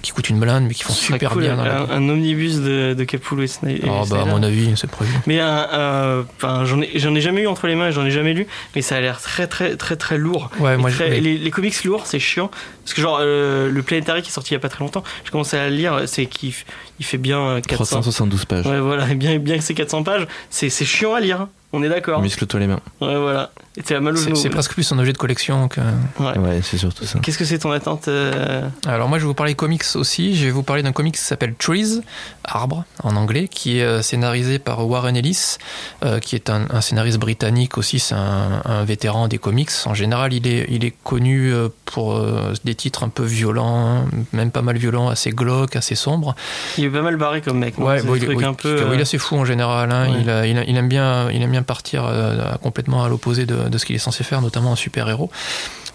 B: qui coûtent une blinde mais qui font
A: ce serait
B: super
A: cool,
B: bien. dans la-
A: Un, un omnibus de, de Capullo et Snyder. et
B: Oh, bah, à
A: Snyder.
B: mon avis, c'est prévu.
A: Mais un- un- enfin, j'en ai, j'en ai jamais eu entre les mains, et j'en ai jamais lu, mais ça a l'air très très très très lourd.
B: Ouais,
A: Et
B: moi,
A: très-
B: je-
A: les, les comics lourds, c'est chiant. Parce que genre euh, le Planetary qui est sorti il y a pas très longtemps, je commençais à le lire, c'est qu'il f- il fait bien euh, 400.
C: 372 pages.
A: Ouais voilà, et bien bien que c'est 400 pages, c'est c'est chiant à lire. On est d'accord. Ouais
C: Muscle-toi les mains.
A: voilà. Et t'es à mal au
B: c'est
A: genou.
B: c'est presque plus un objet de collection que.
A: Ouais.
C: Ouais, c'est surtout ça.
A: Qu'est-ce que c'est ton attente euh,
B: Alors moi je vais vous parler comics aussi, je vais vous parler d'un comic qui s'appelle Trees, Arbre en anglais, qui est euh, scénarisé par Warren Ellis, euh, qui est un, un scénariste britannique aussi, c'est un, un vétéran des comics. En général il est, il est connu euh, pour euh, des titres un peu violents, même pas mal violents, assez glauques, assez sombres.
A: Il est pas mal barré comme mec. non C'est
B: bon,
A: des
B: il, est-
A: trucs
B: oui,
A: un peu.
B: oui,
A: euh,
B: il est assez fou en général, hein.
A: ouais.
B: il, a- il a- il aime bien, il aime bien partir euh, complètement à l'opposé de, de ce qu'il est censé faire, notamment en super-héros.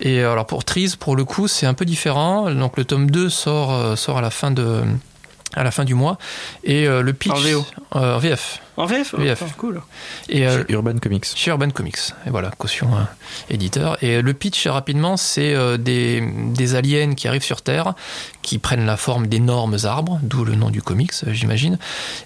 B: Et euh, alors pour Tris, pour le coup, c'est un peu différent. Donc le tome 2 sort, euh, sort à la fin de à la fin du mois et euh, le pitch
A: En VO.
B: euh, en VF
A: En VF. oh,
B: VF.
A: putain, cool.
B: et euh,
C: Chez Urban Comics.
B: chez Urban Comics. Et voilà, caution euh, éditeur. Et le pitch, rapidement, c'est euh, des, des aliens qui arrivent sur Terre, qui prennent la forme d'énormes arbres, d'où le nom du comics, euh, j'imagine.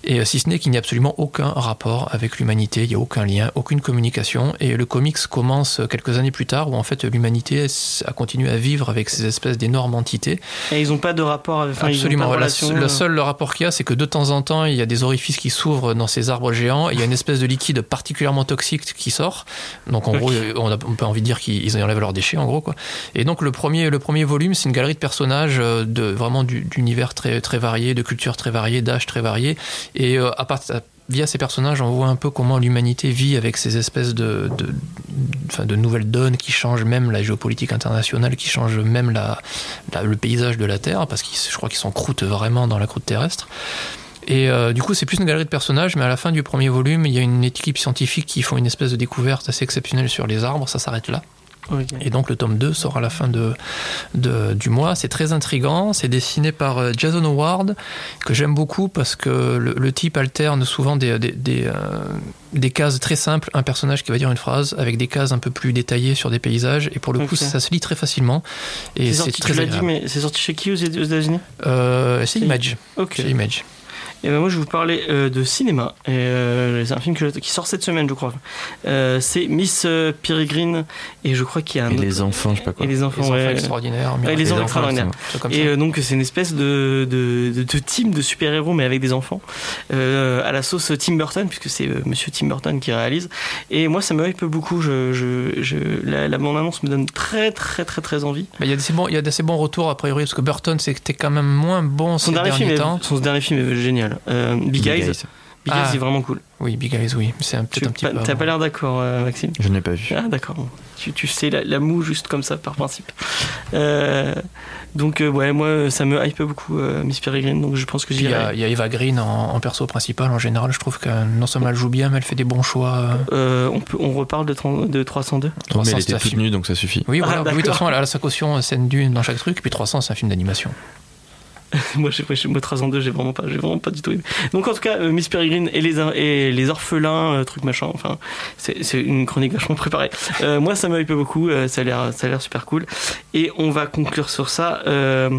B: Et euh, si ce n'est qu'il n'y a absolument aucun rapport avec l'humanité, il n'y a aucun lien, aucune communication. Et le comics commence euh, quelques années plus tard, où en fait l'humanité s- a continué à vivre avec ces espèces d'énormes entités.
A: Et ils ont pas de rapport. avec- Enfin, ils ont
B: Absolument.
A: pas de
B: La,
A: relation,
B: le
A: euh,
B: seul rapport qu'il y a, c'est que de temps en temps, il y a des orifices qui s'ouvrent dans ces arbres géants et il y a une espèce de liquide particulièrement toxique qui sort. Donc, en
A: Ok.
B: gros, on, a, on peut envie de dire qu'ils enlèvent leurs déchets, en gros. Quoi. Et donc, le premier, le premier volume, c'est une galerie de personnages euh, de, vraiment du- d'univers très, très variés, de cultures très variées, d'âges très variés. Et euh, à part, à- via ces personnages, on voit un peu comment l'humanité vit avec ces espèces de, de, enfin, de nouvelles donnes qui changent même la géopolitique internationale, qui changent même la, la- le paysage de la Terre, parce que je crois qu'ils s'en croûtent vraiment dans la croûte terrestre. Et euh, du coup, c'est plus une galerie de personnages, mais à la fin du premier volume, il y a une équipe scientifique qui font une espèce de découverte assez exceptionnelle sur les arbres, ça s'arrête là.
A: ok.
B: Et donc le tome 2 sort à la fin de, de- du mois. C'est très intrigant. C'est dessiné par euh, Jason Howard, que j'aime beaucoup parce que le, le type alterne souvent des, des, des, euh, des cases très simples, un personnage qui va dire une phrase, avec des cases un peu plus détaillées sur des paysages. Et pour le coup,
A: Ok.
B: ça se lit très facilement. Et
A: C'est
B: c'est
A: sorti, tu
B: très
A: l'as dit,
B: agréable.
A: mais c'est sorti chez qui aux États-Unis
B: Euh, c'est
A: C'est-
B: Image.
A: Ok.
B: C'est Image.
A: Et ben moi je vais vous parlais euh, de cinéma. Et, euh, c'est un film que- qui sort cette semaine, je crois. Euh, c'est Miss euh, Peregrine et je crois qu'il y a un
C: Et
A: autre-
C: les enfants, je sais pas quoi.
A: et les enfants.
B: Les enfants
A: ouais.
B: extraordinaires.
A: Ouais, les
B: Miracle,
A: enfants extraordinaires.
B: tout comme
A: Et
B: ça.
A: euh, donc c'est une espèce de, de, de- de team de super-héros mais avec des enfants euh, à la sauce Tim Burton puisque c'est euh, Monsieur Tim Burton qui réalise. Et moi ça me hype beaucoup. Je, je, je, la, la bande-annonce me donne très très très très envie.
B: Bah, Il y a d'assez bons, il y a d'assez bons retours a priori parce que Burton c'était quand même moins bon
A: Son
B: ces
A: dernier
B: derniers
A: film, est,
B: temps.
A: son dernier film est génial. Euh, Big, Eyes. Big
C: Guys.
A: Eyes
B: Ah.
A: est vraiment cool.
B: Oui, Big Eyes, oui. C'est un-
A: Tu
B: peut-être un petit
A: pas-
B: peu.
A: T'as
B: avant.
A: pas l'air d'accord, euh, Maxime
C: Je ne l'ai pas vu.
A: Ah, d'accord. Tu, tu sais la, la moue juste comme ça, par principe. Euh, donc, euh, ouais, moi, ça me hype beaucoup, euh, Miss Peregrine, donc je pense que
B: Puis il y, a-
A: j'irai.
B: il y a Eva Green en, en perso principal. En général, je trouve que euh, non seulement elle joue bien, mais elle fait des bons choix. euh.
A: Euh, on, peut, on reparle de, 30 de 302
C: Oh, mais
B: 300,
C: elle
B: c'est
C: était
B: un
C: toute
B: film.
C: nue, donc ça suffit.
B: Oui,
A: Ah,
B: voilà. Oui, de toute
A: d'accord.
B: façon, elle a sa caution euh, scène d'une dans chaque truc. Puis 300, c'est un film d'animation.
A: Moi, j'ai, moi, j'ai- moi 302, j'ai vraiment pas, j'ai vraiment pas du tout aimé. Donc, en tout cas, euh, Miss Peregrine et les, or- et les orphelins, euh, truc machin, enfin, c'est, c'est une chronique vachement préparée. Euh, moi, ça me hype beaucoup, euh, ça, a l'air, ça a l'air super cool. Et on va conclure sur ça. Euh,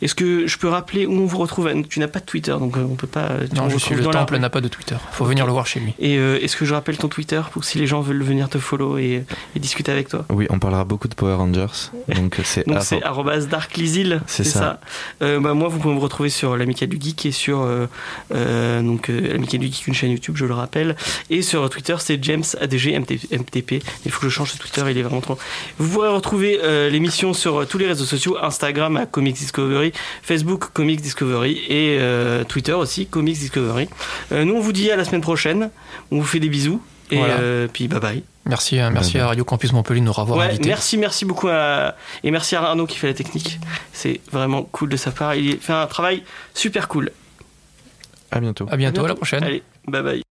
A: est-ce que je peux rappeler où on vous retrouve Anne Tu n'as pas de Twitter, donc euh, on peut pas. tu
B: Non,
A: nous
B: je
A: retrouves
B: suis le
A: dans la
B: temple
A: rue.
B: n'a pas de Twitter. Faut venir le voir chez lui.
A: Et euh, est-ce que je rappelle ton Twitter pour si les gens veulent venir te follow et, et discuter avec toi
C: Oui, on parlera beaucoup de Power Rangers. Donc c'est
A: donc
C: avant.
A: c'est arrobase darklysil,
C: C'est
A: ça.
C: ça.
A: Euh, bah, moi, vous pouvez me retrouver sur l'Amicale du Geek et sur euh, euh, donc euh, l'Amicale du Geek, une chaîne YouTube, je le rappelle, et sur Twitter, c'est James ADG MTP. Il faut que je change ce Twitter, il est vraiment trop. Vous pourrez retrouver euh, l'émission sur euh, tous les réseaux sociaux, Instagram à Comics Discovery, Facebook Comics Discovery et euh, Twitter aussi Comics Discovery. Euh, nous, on vous dit à la semaine prochaine. On vous fait des bisous et
B: Voilà.
A: euh, puis bye bye.
B: Merci, hein, merci
C: Ben,
B: à Radio Campus Montpellier de nous avoir
A: Ouais,
B: invités.
A: merci, merci beaucoup à... et merci à Arnaud qui fait la technique. C'est vraiment cool de sa part. Il fait un travail super cool.
C: À bientôt.
B: À bientôt, à la
A: bientôt.
B: prochaine.
A: Allez, bye bye.